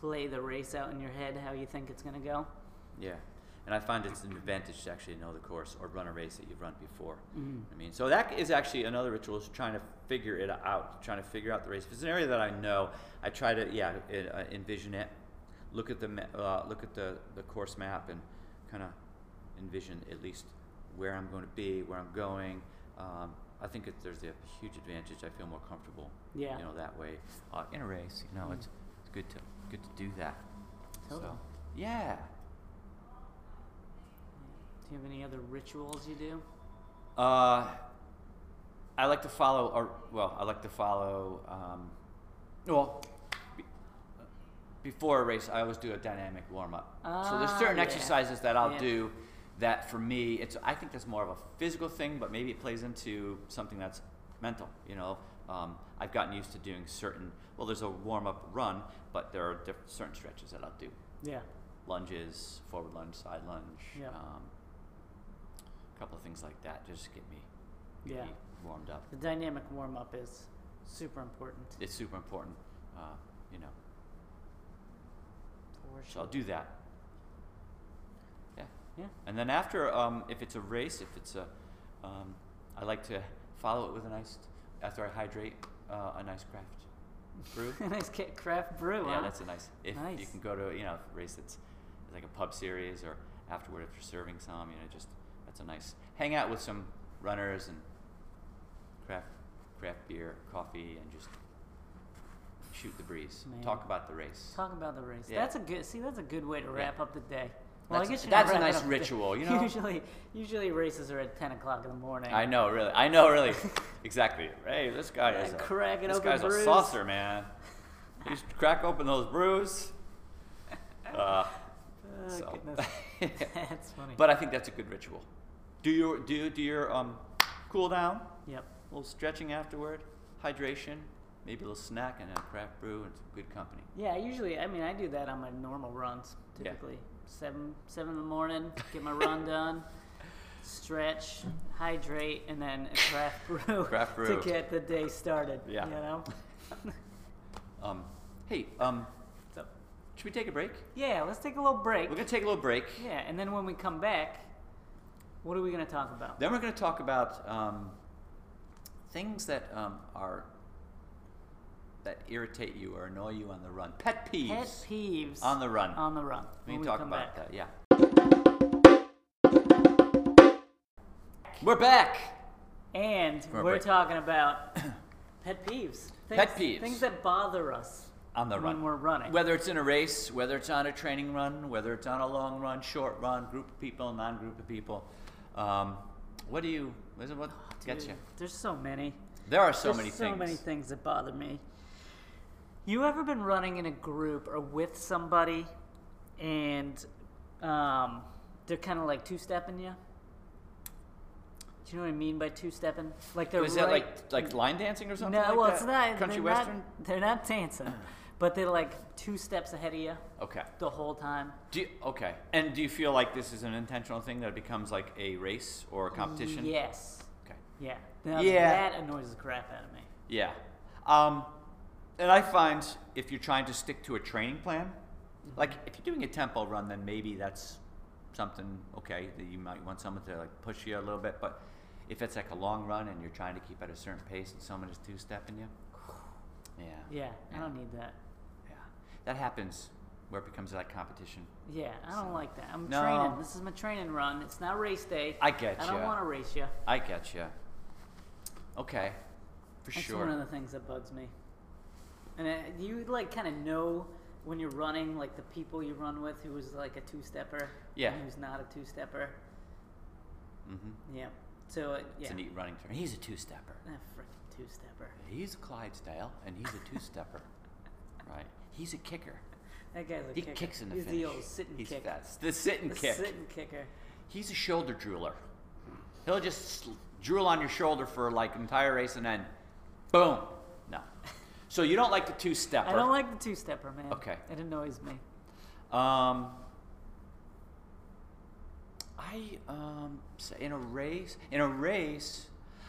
Speaker 2: play the race out in your head how you think it's gonna go.
Speaker 1: Yeah. And I find it's an advantage to actually know the course or run a race that you've run before.
Speaker 2: Mhm.
Speaker 1: I mean, so that is actually another ritual is trying to figure it out, trying to figure out the race. If it's an area that I know, I try to yeah it, uh, envision it, look at the ma- uh, look at the, the course map and kind of envision at least where I'm going to be, where I'm going. Um, I think it, there's a huge advantage. I feel more comfortable,
Speaker 2: Yeah.
Speaker 1: you know, that way uh, in a race. You know,
Speaker 2: Mm.
Speaker 1: it's, it's good to good to do that.
Speaker 2: Totally.
Speaker 1: So yeah.
Speaker 2: Do you have any other rituals you do?
Speaker 1: Uh, I like to follow, or well, I like to follow. Um, well, be, before a race, I always do a dynamic warm up. so there's
Speaker 2: Ah,
Speaker 1: certain
Speaker 2: yeah.
Speaker 1: exercises that I'll
Speaker 2: Yeah.
Speaker 1: do that for me, it's I think that's more of a physical thing, but maybe it plays into something that's mental. You know, um, I've gotten used to doing certain. Well, there's a warm up run, but there are diff- certain stretches that I'll do
Speaker 2: Yeah.
Speaker 1: lunges, forward lunge, side lunge,
Speaker 2: Yeah.
Speaker 1: um, a couple of things like that, just to get me, get
Speaker 2: Yeah.
Speaker 1: me warmed up.
Speaker 2: The dynamic warm up is super important.
Speaker 1: It's super important, uh, you know.
Speaker 2: For
Speaker 1: So
Speaker 2: sure.
Speaker 1: I'll do that. Yeah,
Speaker 2: Yeah.
Speaker 1: and then after, um, if it's a race, if it's a, um, I like to follow it with a nice. After I hydrate, uh, a nice craft brew.
Speaker 2: nice ca- craft brew,
Speaker 1: yeah,
Speaker 2: huh?
Speaker 1: that's a nice. If you
Speaker 2: Oh, Nice.
Speaker 1: can go to you know a race that's it's like a pub series or afterward if you're serving some, you know, just that's a nice hang out with some runners and craft craft beer, coffee, and just shoot the breeze.
Speaker 2: Man.
Speaker 1: Talk about the race.
Speaker 2: Talk about the race.
Speaker 1: Yeah.
Speaker 2: That's a good. See, that's a good way to
Speaker 1: Yeah.
Speaker 2: wrap up the day. Well,
Speaker 1: That's-
Speaker 2: I guess you're
Speaker 1: that's
Speaker 2: not
Speaker 1: a
Speaker 2: wrapping
Speaker 1: nice
Speaker 2: up the-
Speaker 1: ritual, you know?
Speaker 2: Usually, usually races are at ten o'clock in the morning.
Speaker 1: I know, really. I know, really. exactly. Hey, this guy is a,
Speaker 2: Cracking
Speaker 1: this
Speaker 2: open
Speaker 1: guy's a
Speaker 2: brews.
Speaker 1: saucer, man. He's crack open those brews. Uh,
Speaker 2: Oh,
Speaker 1: so.
Speaker 2: goodness. that's funny.
Speaker 1: But I think that's a good ritual. Do your do do your um, cool down,
Speaker 2: yep,
Speaker 1: a little stretching afterward, hydration, maybe a little snack and a craft brew and some good company.
Speaker 2: yeah. Usually, I mean, I do that on my normal runs.
Speaker 1: Yeah.
Speaker 2: Typically, seven seven in the morning, get my run done, stretch, hydrate, and then a craft brew,
Speaker 1: Craft brew.
Speaker 2: to get the day started.
Speaker 1: Yeah.
Speaker 2: you know.
Speaker 1: Um, hey, um,
Speaker 2: So,
Speaker 1: should we take a break?
Speaker 2: yeah, let's take a little break.
Speaker 1: We're gonna take a little break.
Speaker 2: Yeah, and then when we come back, what are we going to talk about?
Speaker 1: Then we're gonna talk about um, things that um, are that irritate you or annoy you on the run. Pet peeves.
Speaker 2: Pet peeves
Speaker 1: On the run.
Speaker 2: On the run.
Speaker 1: we
Speaker 2: when
Speaker 1: can talk
Speaker 2: come
Speaker 1: about
Speaker 2: back.
Speaker 1: that. Yeah. We're back.
Speaker 2: And
Speaker 1: For a
Speaker 2: we're
Speaker 1: break.
Speaker 2: talking about pet peeves. Things,
Speaker 1: Pet peeves.
Speaker 2: Things that bother us
Speaker 1: on the
Speaker 2: when
Speaker 1: run.
Speaker 2: we're running.
Speaker 1: Whether it's in a race, whether it's on a training run, whether it's on a long run, short run, group of people, non-group of people, um, what do you? What, is it- what gets
Speaker 2: Oh, Dude,
Speaker 1: you?
Speaker 2: There's so many.
Speaker 1: There are so
Speaker 2: There's
Speaker 1: many
Speaker 2: so
Speaker 1: things.
Speaker 2: many things that bother me. You ever been running in a group or with somebody and um, they're kind of like two stepping you? Do you know what I mean by two stepping? Like they're
Speaker 1: Is
Speaker 2: right,
Speaker 1: that like like line dancing or something?
Speaker 2: No,
Speaker 1: like
Speaker 2: well,
Speaker 1: that?
Speaker 2: it's not.
Speaker 1: country
Speaker 2: they're
Speaker 1: western.
Speaker 2: Not, they're not dancing, but they're like two steps ahead of you
Speaker 1: Okay.
Speaker 2: the whole time.
Speaker 1: Do you, okay. And do you feel like this is an intentional thing that it becomes like a race or a competition?
Speaker 2: Yes.
Speaker 1: Okay.
Speaker 2: Yeah. Now
Speaker 1: Yeah.
Speaker 2: That annoys the crap out of me.
Speaker 1: Yeah. Um, and I find if you're trying to stick to a training plan,
Speaker 2: Mm-hmm.
Speaker 1: like if you're doing a tempo run, then maybe that's something okay that you might want someone to like push you a little bit. But if it's like a long run and you're trying to keep at a certain pace and someone is two stepping you, yeah,
Speaker 2: Yeah, I
Speaker 1: Yeah.
Speaker 2: don't need that.
Speaker 1: yeah, that happens where it becomes like competition.
Speaker 2: Yeah, I don't like that. I'm
Speaker 1: No.
Speaker 2: training. This is my training run. It's not race day.
Speaker 1: I get
Speaker 2: I don't
Speaker 1: ya.
Speaker 2: want to race you.
Speaker 1: I get you. Okay, for
Speaker 2: That's
Speaker 1: sure.
Speaker 2: one of the things that bugs me. And uh, you like kind of know when you're running, like the people you run with, who is like a two stepper.
Speaker 1: Yeah.
Speaker 2: Who's not a two stepper.
Speaker 1: mm-hmm.
Speaker 2: Yeah. So it, yeah.
Speaker 1: It's e a neat running term. He's a two-stepper.
Speaker 2: Ah, frickin' two stepper.
Speaker 1: He's a Clydesdale and he's a two-stepper, right? He's a kicker.
Speaker 2: That guy's a
Speaker 1: He
Speaker 2: kicker.
Speaker 1: kicks in the
Speaker 2: He's
Speaker 1: finish.
Speaker 2: the old sitting
Speaker 1: He's
Speaker 2: kicker.
Speaker 1: that's the sit and
Speaker 2: The
Speaker 1: kick.
Speaker 2: sitting kicker.
Speaker 1: He's a shoulder drooler. He'll just sl- drool on your shoulder for like entire race and then, boom. No. So you don't like the two stepper.
Speaker 2: I don't like the two stepper, man.
Speaker 1: Okay.
Speaker 2: It annoys me.
Speaker 1: Um, I um, s- in a race in a race,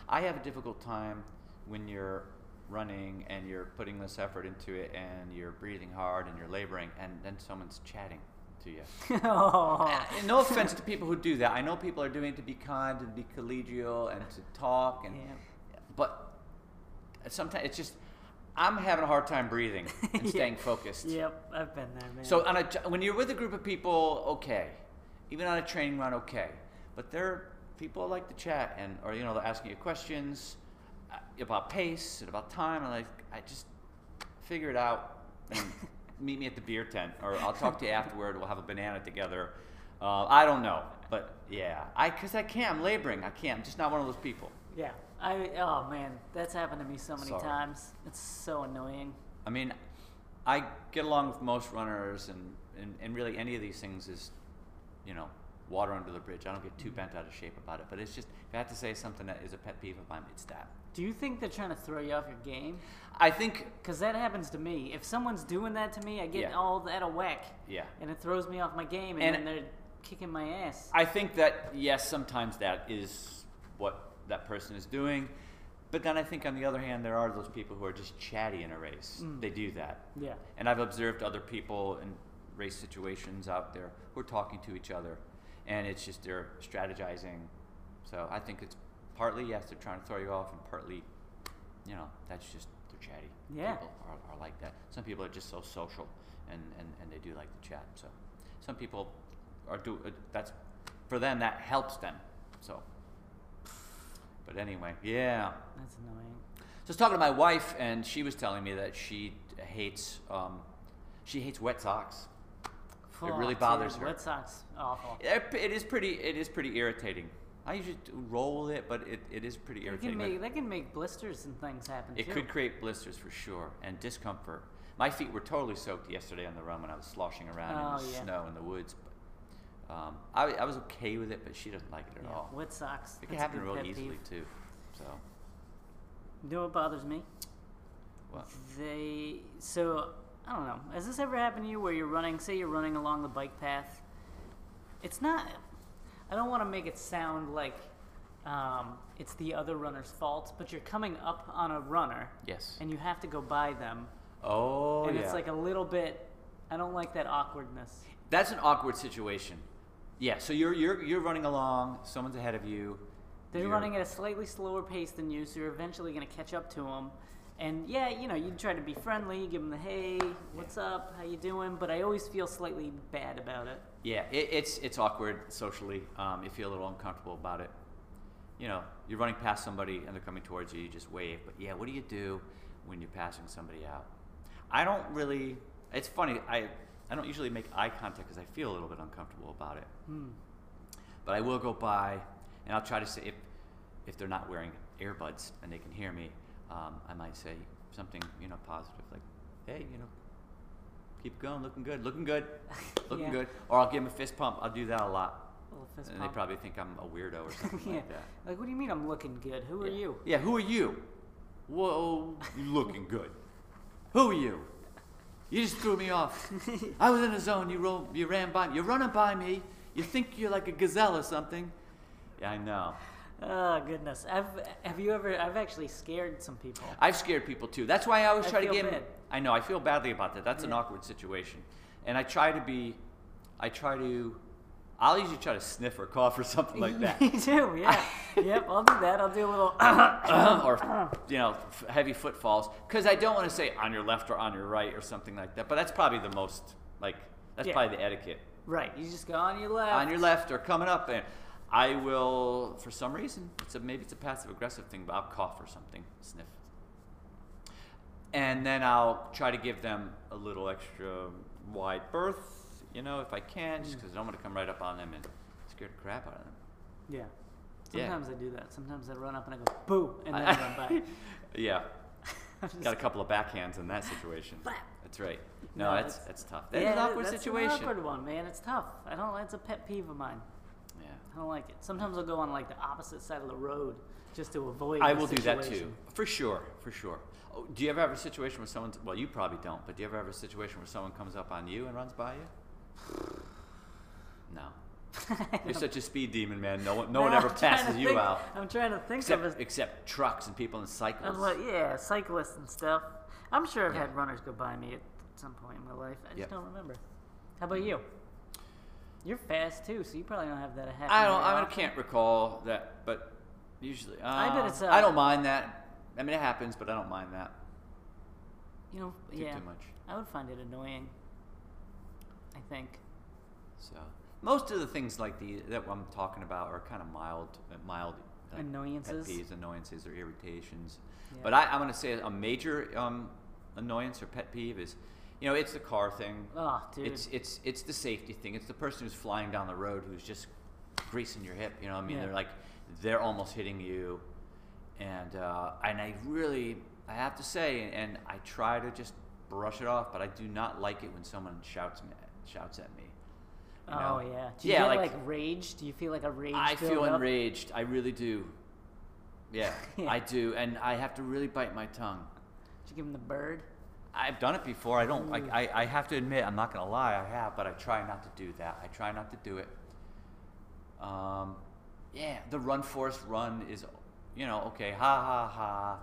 Speaker 1: I have a difficult time when you're running and you're putting this effort into it and you're breathing hard and you're laboring and then someone's chatting to you. Uh,
Speaker 2: oh.
Speaker 1: And no offense to people who do that. I know people are doing it to be kind and be collegial and to talk and
Speaker 2: Yeah.
Speaker 1: but sometimes it's just I'm having a hard time breathing and
Speaker 2: Yeah.
Speaker 1: staying focused.
Speaker 2: Yep, I've been there, man.
Speaker 1: So on a, when you're with a group of people, okay. Even on a training run, okay. But there are people like to chat and or you know they're asking you questions uh, about pace and about time, and like I just figure it out and meet me at the beer tent, or I'll talk to you afterward. We'll have a banana together. Uh, I don't know, but yeah, I because I can't. I'm laboring. I can't. I'm just not one of those people.
Speaker 2: yeah, I oh man, that's happened to me so many
Speaker 1: Sorry.
Speaker 2: times. It's so annoying.
Speaker 1: I mean, I get along with most runners, and, and, and really any of these things is, you know, water under the bridge. I don't get too bent out of shape about it, but it's just, if I have to say something that is a pet peeve of mine, it's that.
Speaker 2: Do you think they're trying to throw you off your game?
Speaker 1: I think,
Speaker 2: Because that happens to me. If someone's doing that to me, I get
Speaker 1: Yeah.
Speaker 2: all out of whack,
Speaker 1: yeah.
Speaker 2: and it throws me off my game, and,
Speaker 1: And-
Speaker 2: then they're kicking my ass.
Speaker 1: I think that, yes, sometimes that is what that person is doing. But then I think, on the other hand, there are those people who are just chatty in a race. They do that.
Speaker 2: yeah,
Speaker 1: And I've observed other people in race situations out there who are talking to each other, and it's just they're strategizing. So I think it's partly yes, they're trying to throw you off, and partly, you know, that's just they're chatty.
Speaker 2: Yeah.
Speaker 1: People are, are like that. Some people are just so social, and, and, and they do like to chat. So some people are do uh, that's for them that helps them. So. But anyway, yeah.
Speaker 2: that's annoying.
Speaker 1: So I was talking to my wife, and she was telling me that she hates um, she hates wet socks.
Speaker 2: Fuck,
Speaker 1: really bothers
Speaker 2: dude,
Speaker 1: her.
Speaker 2: Red Sox, awful.
Speaker 1: It it is pretty it is pretty irritating. I usually do roll it, but it, it is pretty
Speaker 2: They can
Speaker 1: irritating.
Speaker 2: make they can make blisters and things happen
Speaker 1: it
Speaker 2: too.
Speaker 1: could create blisters for sure and discomfort. My feet were totally soaked yesterday on the run when I was sloshing around in
Speaker 2: Oh,
Speaker 1: the
Speaker 2: yeah.
Speaker 1: snow in the woods. But um, I, I was okay with it, but she doesn't like it at
Speaker 2: yeah,
Speaker 1: all.
Speaker 2: Red Sox.
Speaker 1: It
Speaker 2: that's
Speaker 1: can
Speaker 2: a
Speaker 1: happen
Speaker 2: good
Speaker 1: real
Speaker 2: pet
Speaker 1: easily
Speaker 2: peeve.
Speaker 1: too. So
Speaker 2: You know what bothers me?
Speaker 1: what?
Speaker 2: They so I don't know. Has this ever happened to you where you're running? Say you're running along the bike path. It's not. I don't want to make it sound like um, it's the other runner's fault, but you're coming up on a runner
Speaker 1: Yes.
Speaker 2: and you have to go by them,
Speaker 1: oh
Speaker 2: and
Speaker 1: yeah.
Speaker 2: it's like a little bit. I don't like that awkwardness.
Speaker 1: That's an awkward situation. Yeah, so you're you're you're running along, someone's ahead of you.
Speaker 2: They're
Speaker 1: you're-
Speaker 2: running at a slightly slower pace than you, so you're eventually going to catch up to them. And yeah, you know, you try to be friendly, you give them the hey, what's up, how you doing? But I always feel slightly bad about it.
Speaker 1: Yeah, it, it's it's awkward socially. Um, you feel a little uncomfortable about it. You know, you're running past somebody and they're coming towards you. You just wave. But yeah, what do you do when you're passing somebody out? I don't really. It's funny. I I don't usually make eye contact because I feel a little bit uncomfortable about it.
Speaker 2: Hmm.
Speaker 1: But I will go by, and I'll try to say if if they're not wearing earbuds and they can hear me, um, I might say something you know positive like, hey, you know, keep going, looking good, looking good, looking
Speaker 2: Yeah.
Speaker 1: good. Or I'll give them a fist pump. I'll do that a lot,
Speaker 2: A little fist
Speaker 1: and
Speaker 2: pump.
Speaker 1: they probably think I'm a weirdo or something
Speaker 2: yeah.
Speaker 1: like that.
Speaker 2: Like, what do you mean I'm looking good? Who are
Speaker 1: yeah.
Speaker 2: you?
Speaker 1: Yeah, who are you? Whoa, you looking good. Who are you? You just threw me off. I was in a zone. You roll, you ran by me. You're running by me. You think you're like a gazelle or something. Yeah, I know.
Speaker 2: Oh goodness. I've have you ever I've actually scared some people.
Speaker 1: I've scared people too. That's why I always
Speaker 2: I
Speaker 1: try to
Speaker 2: feel
Speaker 1: give. 'em-
Speaker 2: bad.
Speaker 1: I know. I feel badly about that. That's an
Speaker 2: Yeah.
Speaker 1: awkward situation, and I try to be. I try to. I'll usually try to sniff or cough or something like that.
Speaker 2: Me too, yeah. yep, I'll do that. I'll do a little
Speaker 1: or you know f- heavy footfalls because I don't want to say on your left or on your right or something like that. But that's probably the most like that's
Speaker 2: Yeah. Uh,
Speaker 1: probably the etiquette
Speaker 2: Right. You just go on your left.
Speaker 1: on your left or coming up. And I will for some reason it's a, maybe it's a passive aggressive thing, but I'll cough or something, sniff, and then I'll try to give them a little extra wide berth, you know, if I can,
Speaker 2: Mm.
Speaker 1: just because I don't want to come right up on them and scare the crap out of them.
Speaker 2: Yeah.
Speaker 1: Yeah.
Speaker 2: Sometimes I do that. Sometimes I run up and I go boo and then I run back.
Speaker 1: yeah,
Speaker 2: I'm just
Speaker 1: got a couple of backhands in that situation.
Speaker 2: Flap.
Speaker 1: I That's right. No,
Speaker 2: No,
Speaker 1: that's
Speaker 2: it's-
Speaker 1: that's tough. That's
Speaker 2: Yeah,
Speaker 1: an awkward
Speaker 2: that's an
Speaker 1: situation.
Speaker 2: awkward one, man. It's tough. I don't. It's a pet peeve of mine.
Speaker 1: Yeah.
Speaker 2: I don't like it. Sometimes I'll go on like the opposite side of the road just to avoid.
Speaker 1: I
Speaker 2: the
Speaker 1: will do that too,
Speaker 2: situation.
Speaker 1: for sure, for sure. Oh, do you ever have a situation where someone? Well, you probably don't, but do you ever have a situation where someone comes up on you and runs by you? No. You're such a speed demon, man. No one, no one
Speaker 2: Now
Speaker 1: ever
Speaker 2: I'm trying to
Speaker 1: passes you
Speaker 2: think-
Speaker 1: out.
Speaker 2: I'm trying to think of
Speaker 1: Except,
Speaker 2: a.
Speaker 1: except trucks and people and cyclists.
Speaker 2: I'm like, yeah, cyclists and stuff. I'm sure I've
Speaker 1: Yeah.
Speaker 2: had runners go by me at some point in my life. I just
Speaker 1: Yep.
Speaker 2: don't remember. How about you? You're fast too, so you probably don't have that happen.
Speaker 1: I don't.
Speaker 2: very
Speaker 1: I mean, I
Speaker 2: often.
Speaker 1: can't recall that, but usually, uh, I
Speaker 2: oh. bet it's,
Speaker 1: I
Speaker 2: uh,
Speaker 1: don't mind that. I mean, it happens, but I don't mind that
Speaker 2: You know,
Speaker 1: too,
Speaker 2: yeah.
Speaker 1: too much.
Speaker 2: I would find it annoying. I think.
Speaker 1: So most of the things like the that I'm talking about are kind of mild, mild like, pet
Speaker 2: Annoyances?
Speaker 1: peeves, annoyances, or irritations.
Speaker 2: Yeah.
Speaker 1: But I, I'm going to say a major um, annoyance or pet peeve is, you know, it's the car thing.
Speaker 2: Oh, dude.
Speaker 1: It's it's it's the safety thing. It's the person who's flying down the road who's just greasing your hip. You know, what I mean,
Speaker 2: Yeah.
Speaker 1: they're like they're almost hitting you, and uh, and I really I have to say, and I try to just brush it off, but I do not like it when someone shouts me, shouts at me. you
Speaker 2: Oh
Speaker 1: know?
Speaker 2: yeah. Do you
Speaker 1: Yeah,
Speaker 2: get
Speaker 1: like-
Speaker 2: like, rage? Do you feel like a rage?
Speaker 1: I feel
Speaker 2: build up?
Speaker 1: enraged. I really do. Yeah,
Speaker 2: Yeah.
Speaker 1: I do, and I have to really bite my tongue.
Speaker 2: Did you give him the bird?
Speaker 1: I've done it before. I don't.
Speaker 2: Mm.
Speaker 1: I, I, I have to admit, I'm not gonna lie. I have, but I try not to do that. I try not to do it. Um, yeah, the run force run is, you know, okay, ha ha ha.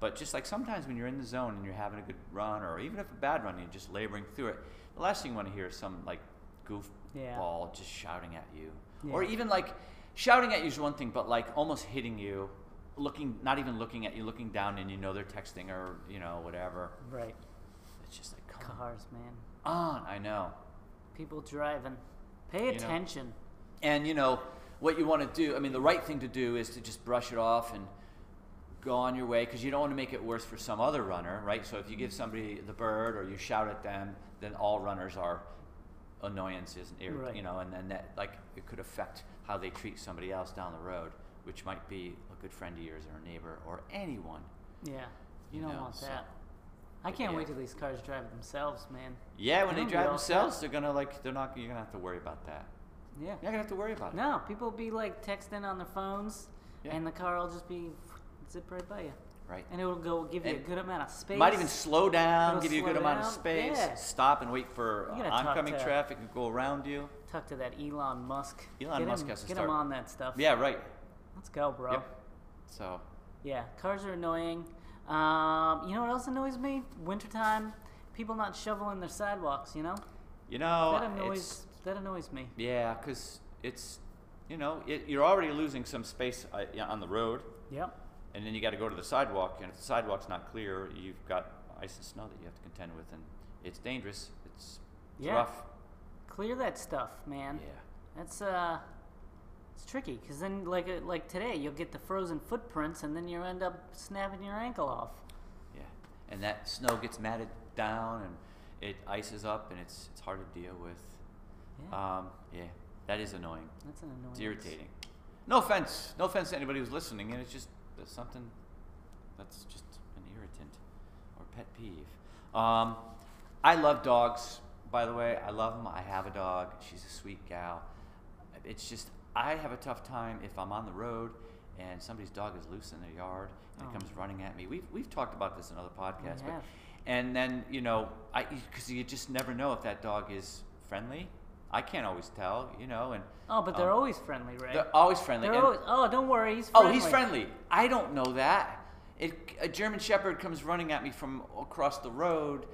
Speaker 1: But just like sometimes when you're in the zone and you're having a good run, or even if a bad run, you're just laboring through it. The last thing you want to hear is some like goofball
Speaker 2: Yeah.
Speaker 1: just shouting at you, or
Speaker 2: Yeah.
Speaker 1: even like shouting at you is one thing, but like almost hitting you, looking not even looking at you, looking down, and you know they're texting or you know whatever.
Speaker 2: Right.
Speaker 1: It's just like come
Speaker 2: Cars, man.
Speaker 1: on. I know.
Speaker 2: People driving. Pay
Speaker 1: You know.
Speaker 2: attention.
Speaker 1: And you know what you want to do. I mean, the right thing to do is to just brush it off and go on your way because you don't want to make it worse for some other runner, right? So if you give somebody the bird or you shout at them, then all runners are annoyances and irrit-
Speaker 2: Right.
Speaker 1: you know, and then that like it could affect how they treat somebody else down the road, which might be a good friend of yours or a neighbor or anyone.
Speaker 2: Yeah.
Speaker 1: You
Speaker 2: You, don't
Speaker 1: know,
Speaker 2: want
Speaker 1: so-
Speaker 2: that. I can't
Speaker 1: yeah.
Speaker 2: wait till these cars drive themselves, man.
Speaker 1: Yeah, when they
Speaker 2: That'll be
Speaker 1: drive
Speaker 2: all set.
Speaker 1: themselves, they're gonna like they're not you're gonna have to worry about that.
Speaker 2: Yeah.
Speaker 1: You're not gonna have to worry about it.
Speaker 2: No, people be like texting on their phones,
Speaker 1: Yeah.
Speaker 2: and the car will just be zip right by you,
Speaker 1: Right.
Speaker 2: and it'll go give you a
Speaker 1: And
Speaker 2: good amount of space.
Speaker 1: Might even slow down,
Speaker 2: It'll
Speaker 1: give you a good
Speaker 2: slow
Speaker 1: amount of
Speaker 2: down.
Speaker 1: space,
Speaker 2: Yeah.
Speaker 1: stop and wait for
Speaker 2: You
Speaker 1: uh,
Speaker 2: gotta talk
Speaker 1: oncoming
Speaker 2: to-
Speaker 1: traffic and go around you.
Speaker 2: talk to that Elon Musk.
Speaker 1: Elon
Speaker 2: Get
Speaker 1: Musk
Speaker 2: him,
Speaker 1: has to
Speaker 2: get
Speaker 1: start-
Speaker 2: him on that stuff.
Speaker 1: Yeah, right.
Speaker 2: Let's go, bro.
Speaker 1: Yep. So,
Speaker 2: Yeah, cars are annoying. Um, you know what else annoys me? Wintertime, people not shoveling their sidewalks, you know?
Speaker 1: you know,
Speaker 2: that annoys
Speaker 1: Oh, it's,
Speaker 2: that annoys me.
Speaker 1: yeah, because it's, you know, it, you're already losing some space uh, yeah, on the road,
Speaker 2: Yep.
Speaker 1: and then you got to go to the sidewalk, and if the sidewalk's not clear, you've got ice and snow that you have to contend with, and it's dangerous. It's, it's
Speaker 2: Yeah.
Speaker 1: rough.
Speaker 2: Clear that stuff, man.
Speaker 1: Yeah.
Speaker 2: That's uh it's tricky cuz then like uh, like today you'll get the frozen footprints and then you end up snapping your ankle off.
Speaker 1: Yeah. And that snow gets matted down, and it ices up, and it's it's hard to deal with.
Speaker 2: Yeah.
Speaker 1: Um, yeah, that is annoying.
Speaker 2: that's an annoying.
Speaker 1: It's irritating. No offense. No offense to anybody who's listening. And it's just that's something that's just an irritant or pet peeve. Um, I love dogs, by the way. I love them. I have a dog. She's a sweet gal. It's just, I have a tough time if I'm on the road and somebody's dog is loose in their yard and
Speaker 2: Oh.
Speaker 1: it comes running at me. We've, we've talked about this in other podcasts. But,
Speaker 2: have.
Speaker 1: and then, you know, because you just never know if that dog is friendly. I can't always tell, you know, and
Speaker 2: Oh, but they're
Speaker 1: um,
Speaker 2: always friendly, right?
Speaker 1: they're always friendly.
Speaker 2: They're
Speaker 1: and-
Speaker 2: always, oh, don't worry, he's friendly.
Speaker 1: oh, he's friendly. I don't know that. It, a German Shepherd comes running at me from across the road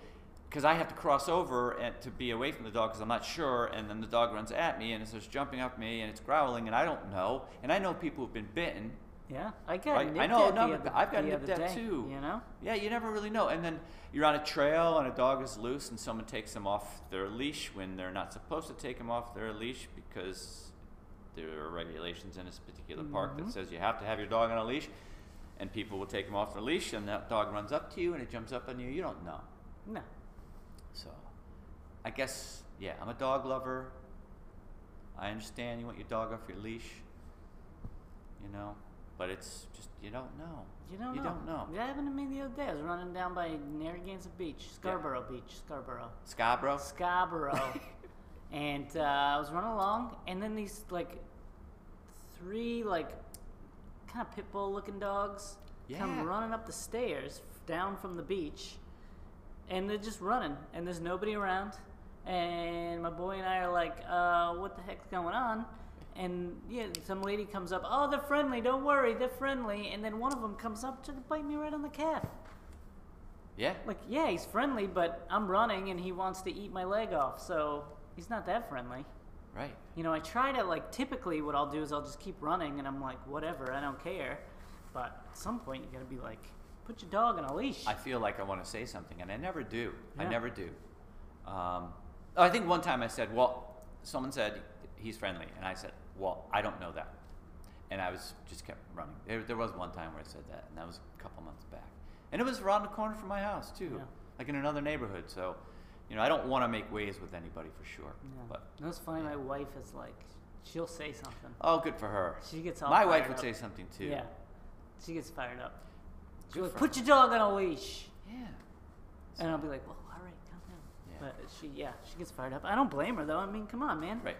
Speaker 1: because I have to cross over and to be away from the dog because I'm not sure. And then the dog runs at me and it's just jumping up me and it's growling and I don't know. And I know people who've been bitten.
Speaker 2: Yeah. I got
Speaker 1: Right, I
Speaker 2: nipped
Speaker 1: know,
Speaker 2: at
Speaker 1: no,
Speaker 2: the
Speaker 1: but
Speaker 2: other,
Speaker 1: I've got
Speaker 2: the
Speaker 1: nipped
Speaker 2: other
Speaker 1: at
Speaker 2: day,
Speaker 1: too.
Speaker 2: You know?
Speaker 1: Yeah, you never really know. And then you're on a trail and a dog is loose and someone takes them off their leash when they're not supposed to take them off their leash because there are regulations in this particular park
Speaker 2: Mhm.
Speaker 1: that says you have to have your dog on a leash. And people will take them off their leash and that dog runs up to you and it jumps up on you. You don't know.
Speaker 2: No.
Speaker 1: So I guess, yeah, I'm a dog lover. I understand you want your dog off your leash. You know, But it's just you don't know.
Speaker 2: You don't
Speaker 1: You
Speaker 2: know.
Speaker 1: don't know.
Speaker 2: That happened to me the other day. I was running down by Narragansett Beach, Scarborough Beach, Scarborough.
Speaker 1: Scarborough.
Speaker 2: Scarborough. and uh, I was running along, and then these, like, three, like, kind of pit bull looking dogs
Speaker 1: Yeah.
Speaker 2: come running up the stairs f- down from the beach. And they're just running, and there's nobody around. And my boy and I are like, uh, what the heck's going on? And yeah, some lady comes up, oh, they're friendly, don't worry, they're friendly. And then one of them comes up to bite me right on the calf.
Speaker 1: Yeah.
Speaker 2: Like, yeah, he's friendly, but I'm running and he wants to eat my leg off, so he's not that friendly.
Speaker 1: Right.
Speaker 2: You know, I try to, like, typically what I'll do is I'll just keep running and I'm like, whatever, I don't care. But at some point, you gotta be like, put your dog on a leash.
Speaker 1: I feel like I want to say something, and I never do. I
Speaker 2: Yeah.
Speaker 1: never do. Um, oh, I think one time I said, "Well," someone said he's friendly, and I said, "Well, I don't know that," and I was just kept running. There, there was one time where I said that, and that was a couple months back, and it was around the corner from my house too,
Speaker 2: Yeah.
Speaker 1: like in another neighborhood. So, you know, I don't want to make ways with anybody for sure.
Speaker 2: yeah.
Speaker 1: But
Speaker 2: That's funny,
Speaker 1: yeah.
Speaker 2: my wife is like, she'll say something.
Speaker 1: oh, good for her.
Speaker 2: She gets all
Speaker 1: my
Speaker 2: fired
Speaker 1: wife would
Speaker 2: up.
Speaker 1: say something too.
Speaker 2: Yeah. She gets fired up.
Speaker 1: Good
Speaker 2: She's like,
Speaker 1: for
Speaker 2: put your dog on a leash.
Speaker 1: Yeah.
Speaker 2: And I'll be like, well, all right, calm down.
Speaker 1: Yeah.
Speaker 2: But she, yeah, she gets fired up. I don't blame her, though. I mean, come on, man.
Speaker 1: Right.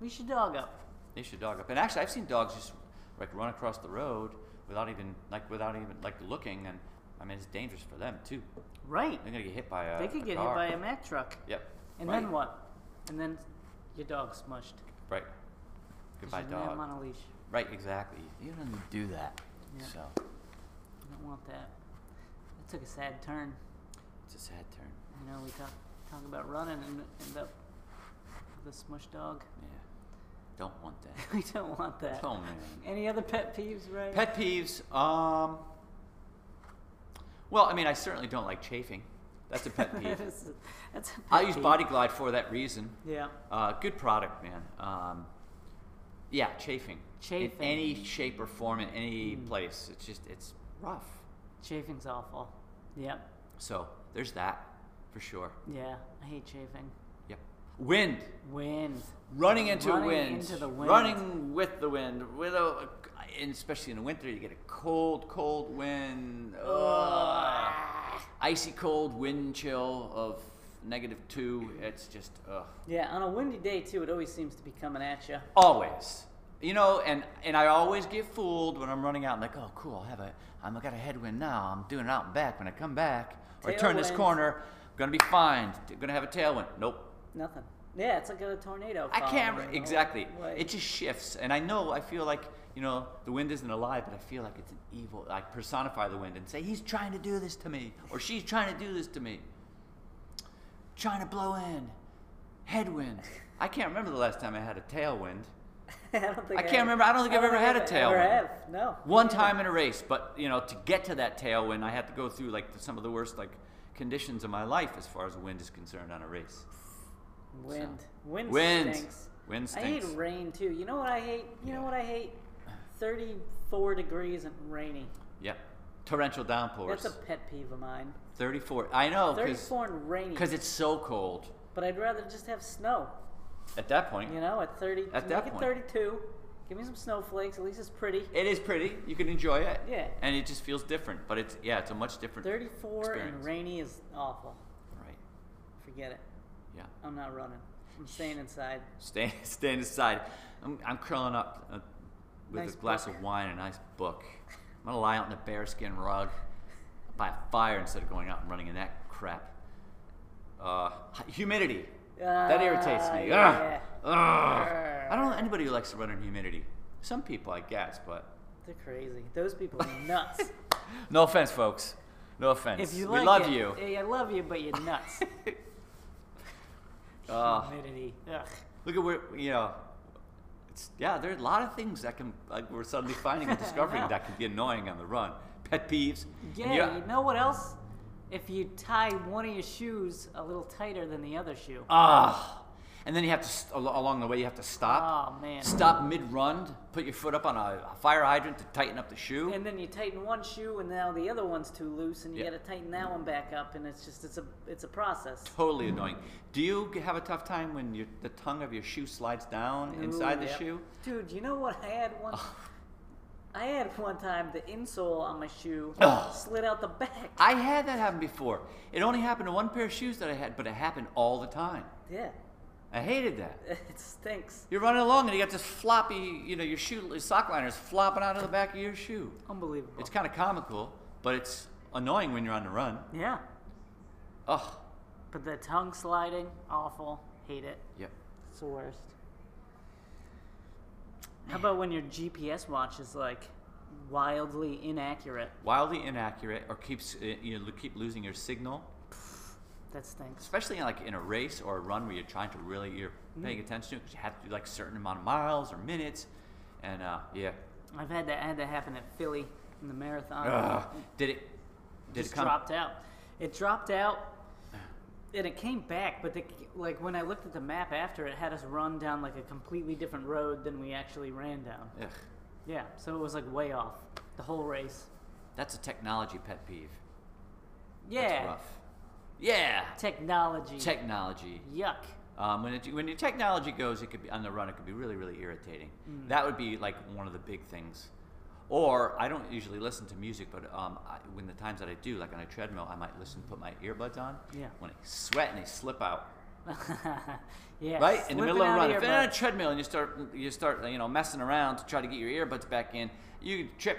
Speaker 2: Leash your dog up.
Speaker 1: They should dog up. And actually, I've seen dogs just like run across the road without even like without even like looking, and I mean it's dangerous for them too.
Speaker 2: Right.
Speaker 1: They're gonna get hit by a.
Speaker 2: They could
Speaker 1: a
Speaker 2: get
Speaker 1: uh, car.
Speaker 2: hit by a Mack truck.
Speaker 1: Yep.
Speaker 2: And
Speaker 1: right.
Speaker 2: then what? And then your dog smushed. 'cause
Speaker 1: Right. Goodbye,
Speaker 2: you didn't have him
Speaker 1: dog.
Speaker 2: on a leash.
Speaker 1: Right, exactly. You don't do that.
Speaker 2: Yeah.
Speaker 1: So
Speaker 2: I don't want that. It took a sad turn.
Speaker 1: it's a sad turn.
Speaker 2: You know, we talk, talk about running and end up with a smushed dog.
Speaker 1: Yeah. Don't want that.
Speaker 2: we don't want that.
Speaker 1: Oh man.
Speaker 2: Any other pet peeves, right?
Speaker 1: Pet peeves. Um, well, I mean, I certainly don't like chafing. That's a pet peeve.
Speaker 2: that's, a, that's a pet
Speaker 1: I use
Speaker 2: peeve.
Speaker 1: Body Glide for that reason.
Speaker 2: Yeah.
Speaker 1: Uh, good product, man. Um, yeah, chafing.
Speaker 2: Chafing.
Speaker 1: In any shape or form, in any
Speaker 2: Mm.
Speaker 1: place. It's just, it's rough.
Speaker 2: Chafing's awful. Yep.
Speaker 1: So there's that for sure.
Speaker 2: Yeah. I hate chafing.
Speaker 1: Yep. Wind.
Speaker 2: Wind.
Speaker 1: Running into
Speaker 2: Running
Speaker 1: wind.
Speaker 2: into the wind.
Speaker 1: Running with the wind. With a, and especially in the winter, you get a cold, cold wind. Ugh. Icy cold wind chill of negative two. It's just, ugh.
Speaker 2: Yeah, on a windy day, too, it always seems to be coming at you.
Speaker 1: always you know and and i always get fooled when i'm running out and like oh cool i have a i'm I got a headwind now i'm doing it out and back when i come back or I turn this
Speaker 2: Tailwind.
Speaker 1: corner gonna be fine gonna have a tailwind nope
Speaker 2: Nothing. Yeah, it's like a tornado.
Speaker 1: i can't
Speaker 2: following
Speaker 1: re-
Speaker 2: you.
Speaker 1: exactly
Speaker 2: Like-
Speaker 1: it just shifts and i know i feel like you know the wind isn't alive but i feel like it's an evil i personify the wind and say he's trying to do this to me or she's trying to do this to me trying to blow in headwind i can't remember the last time i had a tailwind
Speaker 2: I don't think
Speaker 1: I can't remember. I don't think I've ever had a
Speaker 2: I ever
Speaker 1: tailwind.
Speaker 2: have. No.
Speaker 1: One time in a race, but you know, to get to that tailwind, I had to go through like some of the worst like conditions of my life as far as wind is concerned on a race.
Speaker 2: Wind. Wind,
Speaker 1: Wind,
Speaker 2: stinks.
Speaker 1: wind
Speaker 2: I hate
Speaker 1: stinks.
Speaker 2: rain too. You know what I hate? You
Speaker 1: Yeah.
Speaker 2: know what I hate? 34 degrees and rainy.
Speaker 1: Yep, torrential downpours.
Speaker 2: That's a pet peeve of mine.
Speaker 1: 34. I know because
Speaker 2: 34 and rainy.
Speaker 1: it's so cold
Speaker 2: But I'd rather just have snow.
Speaker 1: at that point.
Speaker 2: You know, at 30.
Speaker 1: At
Speaker 2: make
Speaker 1: that
Speaker 2: it
Speaker 1: point.
Speaker 2: 32. Give me some snowflakes. At least it's pretty.
Speaker 1: It is pretty. You can enjoy it.
Speaker 2: Yeah.
Speaker 1: And it just feels different, but it's yeah, it's a much different.
Speaker 2: 34 and
Speaker 1: Experience.
Speaker 2: rainy is awful.
Speaker 1: Right.
Speaker 2: Forget it.
Speaker 1: Yeah.
Speaker 2: I'm not running. I'm staying inside.
Speaker 1: Stay, staying inside. I'm, I'm curling up uh, with
Speaker 2: Nice
Speaker 1: a glass
Speaker 2: book.
Speaker 1: of wine and a nice book. I'm gonna lie out in a bearskin rug by a fire instead of going out and running in that crap. Uh, hu- humidity. that irritates
Speaker 2: Ah,
Speaker 1: me.
Speaker 2: yeah.
Speaker 1: Ugh. Ugh.
Speaker 2: Grr.
Speaker 1: I don't know anybody who likes to run in humidity. Some people, I guess, but
Speaker 2: They're crazy. Those people are nuts.
Speaker 1: no offense, folks. No offense.
Speaker 2: If you
Speaker 1: we
Speaker 2: like
Speaker 1: love
Speaker 2: it,
Speaker 1: you.
Speaker 2: eh, I love you, but you're nuts.
Speaker 1: Ugh.
Speaker 2: Humidity. Ugh.
Speaker 1: Look at where you know. It's, yeah, there are a lot of things that can like we're suddenly finding and discovering
Speaker 2: know.
Speaker 1: that can be annoying on the run. Pet peeves. and
Speaker 2: Yeah,
Speaker 1: you-
Speaker 2: you know what else? If you tie one of your shoes a little tighter than the other shoe.
Speaker 1: Ah. and then you have to st- al- along the way you have to stop.
Speaker 2: Oh, man.
Speaker 1: Stop mid-run. Put your foot up on a, a fire hydrant to tighten up the shoe.
Speaker 2: And then you tighten one shoe, and now the other one's too loose, and you
Speaker 1: Yeah.
Speaker 2: got to tighten that one back up, and it's just it's a it's a process.
Speaker 1: totally annoying. Do you g- have a tough time when your, the tongue of your shoe Uh. slides down
Speaker 2: Ooh,
Speaker 1: inside the
Speaker 2: yep.
Speaker 1: shoe?
Speaker 2: Dude, you know what I had one? I had one time the insole on my shoe
Speaker 1: Ugh.
Speaker 2: slid out the back.
Speaker 1: I had that happen before. It only happened to one pair of shoes that I had, but it happened all the time.
Speaker 2: Yeah,
Speaker 1: I hated that.
Speaker 2: it stinks.
Speaker 1: You're running along and you got this floppy, you know, your shoe your sock liners flopping out of the back of your shoe.
Speaker 2: Unbelievable.
Speaker 1: It's kind of comical, but it's annoying when you're on the run.
Speaker 2: yeah,
Speaker 1: Ugh.
Speaker 2: but the tongue sliding, awful. Hate it.
Speaker 1: Yep.
Speaker 2: It's the worst. How about when your GPS watch is like wildly inaccurate?
Speaker 1: Wildly inaccurate, or keeps uh, you know, keep losing your signal,
Speaker 2: That stinks.
Speaker 1: especially like in a race or a run where you're trying to really you're paying attention because you have to do like a certain amount of miles or minutes, and uh, yeah.
Speaker 2: I've had that had that happen at Philly in the marathon.
Speaker 1: Ugh. Did it? Did
Speaker 2: just
Speaker 1: it come?
Speaker 2: dropped out. It dropped out, and it came back. But the, like when I looked at the map after, it had us run down like a completely different road than we actually ran down.
Speaker 1: Ugh.
Speaker 2: Yeah, so it was like way off the whole race.
Speaker 1: That's a technology pet peeve. That's
Speaker 2: Yeah,
Speaker 1: rough. Yeah.
Speaker 2: technology.
Speaker 1: Technology.
Speaker 2: Yuck.
Speaker 1: Um, when, it, when your technology goes, it could be on the run. It could be really, really irritating.
Speaker 2: Mm.
Speaker 1: That would be like one of the big things. Or I don't usually listen to music, but um, I, when the times that I do, like on a treadmill, I might listen, put my earbuds on.
Speaker 2: Yeah.
Speaker 1: When I sweat and they slip out,
Speaker 2: yeah.
Speaker 1: right in the
Speaker 2: slipping
Speaker 1: middle of a
Speaker 2: out
Speaker 1: run.
Speaker 2: your
Speaker 1: If you're on a
Speaker 2: butt.
Speaker 1: treadmill and you start, you start, you know, messing around to try to get your earbuds back in, you could trip,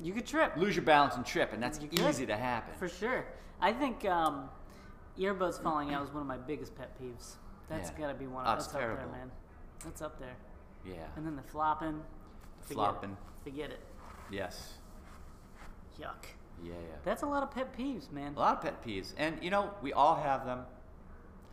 Speaker 2: you could trip
Speaker 1: lose your balance, and trip, and that's
Speaker 2: You could.
Speaker 1: easy to happen.
Speaker 2: for sure. I think um, earbuds falling out is one of my biggest pet peeves. That's
Speaker 1: Yeah.
Speaker 2: gotta be one.
Speaker 1: Oh,
Speaker 2: Of,
Speaker 1: it's
Speaker 2: that's up
Speaker 1: terrible.
Speaker 2: there, man. That's up there.
Speaker 1: yeah.
Speaker 2: And then the flopping. Forget
Speaker 1: Flopping.
Speaker 2: It. Forget it.
Speaker 1: Yes.
Speaker 2: Yuck.
Speaker 1: Yeah. Yeah.
Speaker 2: That's a lot of pet peeves, man.
Speaker 1: A lot of pet peeves, and you know we all have them.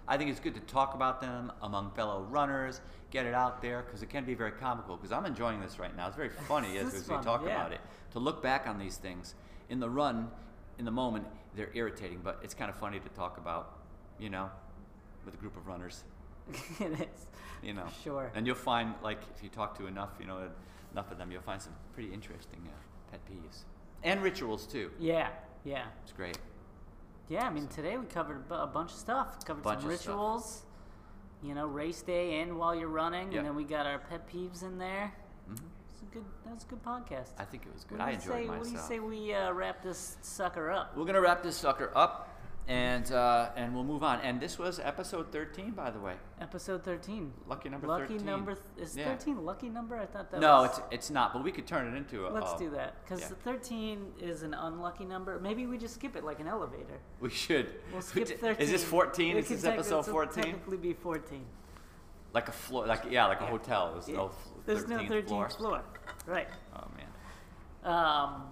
Speaker 1: I think it's good to talk about them among fellow runners, get it out there because it can be very comical. Because I'm enjoying this right now; it's very funny as,
Speaker 2: This is
Speaker 1: as we
Speaker 2: fun,
Speaker 1: talk
Speaker 2: yeah.
Speaker 1: about it. To look back on these things in the run, in the moment, they're irritating, but it's kind of funny to talk about, you know, with a group of runners,
Speaker 2: it is.
Speaker 1: you know.
Speaker 2: Sure.
Speaker 1: And you'll find, like, if you talk to enough, you know, enough of them, you'll find some pretty interesting uh, pet peeves and rituals too.
Speaker 2: Yeah, yeah,
Speaker 1: It's great.
Speaker 2: yeah. I mean, today we covered a bu- a bunch of stuff. Covered
Speaker 1: Bunch
Speaker 2: some
Speaker 1: of stuff.
Speaker 2: rituals. You know, race day and while you're running,
Speaker 1: Yeah.
Speaker 2: and then we got our pet peeves in there.
Speaker 1: Mhm.
Speaker 2: It's a good. That was a good podcast.
Speaker 1: I think it was good.
Speaker 2: What do
Speaker 1: I
Speaker 2: you
Speaker 1: enjoyed
Speaker 2: say,
Speaker 1: myself.
Speaker 2: What do you say we uh, wrap this sucker up?
Speaker 1: We're gonna wrap this sucker up, and uh, and we'll move on. And this was episode 13, by the way.
Speaker 2: Episode thirteen.
Speaker 1: Lucky number
Speaker 2: lucky
Speaker 1: 13.
Speaker 2: number th- is
Speaker 1: Yeah.
Speaker 2: thirteen. Lucky number. I thought that.
Speaker 1: No,
Speaker 2: was...
Speaker 1: it's it's not. But we could turn it into a.
Speaker 2: Let's
Speaker 1: a-
Speaker 2: do that because
Speaker 1: yeah.
Speaker 2: 13 is an unlucky number. Maybe we just skip it like an elevator.
Speaker 1: We should.
Speaker 2: We'll skip
Speaker 1: Is
Speaker 2: 13.
Speaker 1: this 14?
Speaker 2: It
Speaker 1: Is
Speaker 2: could
Speaker 1: this
Speaker 2: tec-
Speaker 1: episode
Speaker 2: this'll
Speaker 1: 14?
Speaker 2: Technically, be 14.
Speaker 1: Like a floor, like yeah, like a
Speaker 2: Yeah.
Speaker 1: hotel. There's no.
Speaker 2: Yeah.
Speaker 1: fl-
Speaker 2: There's no
Speaker 1: 13th
Speaker 2: 13th floor.
Speaker 1: floor.
Speaker 2: Right.
Speaker 1: Oh man.
Speaker 2: Um,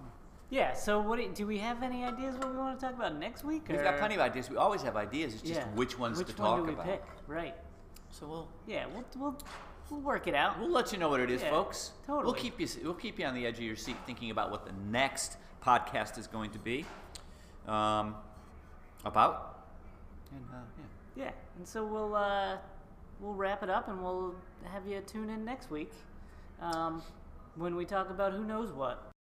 Speaker 2: yeah. So what do, you- do we have any ideas what we want to talk about next week?
Speaker 1: We've got plenty of ideas. We always have ideas. It's just
Speaker 2: yeah.
Speaker 1: which ones
Speaker 2: which
Speaker 1: to
Speaker 2: one
Speaker 1: talk
Speaker 2: do we
Speaker 1: about.
Speaker 2: Pick? Right.
Speaker 1: So we'll
Speaker 2: Yeah. We'll we'll, we'll work it out.
Speaker 1: We'll let you know what it is,
Speaker 2: Yeah,
Speaker 1: folks. We'll
Speaker 2: totally.
Speaker 1: keep you we'll keep you on the edge of your seat thinking about what the next podcast is going to be um, about. And uh, yeah,
Speaker 2: Yeah. And so we'll uh, we'll wrap it up and we'll have you tune in next week um, when we talk about who knows what.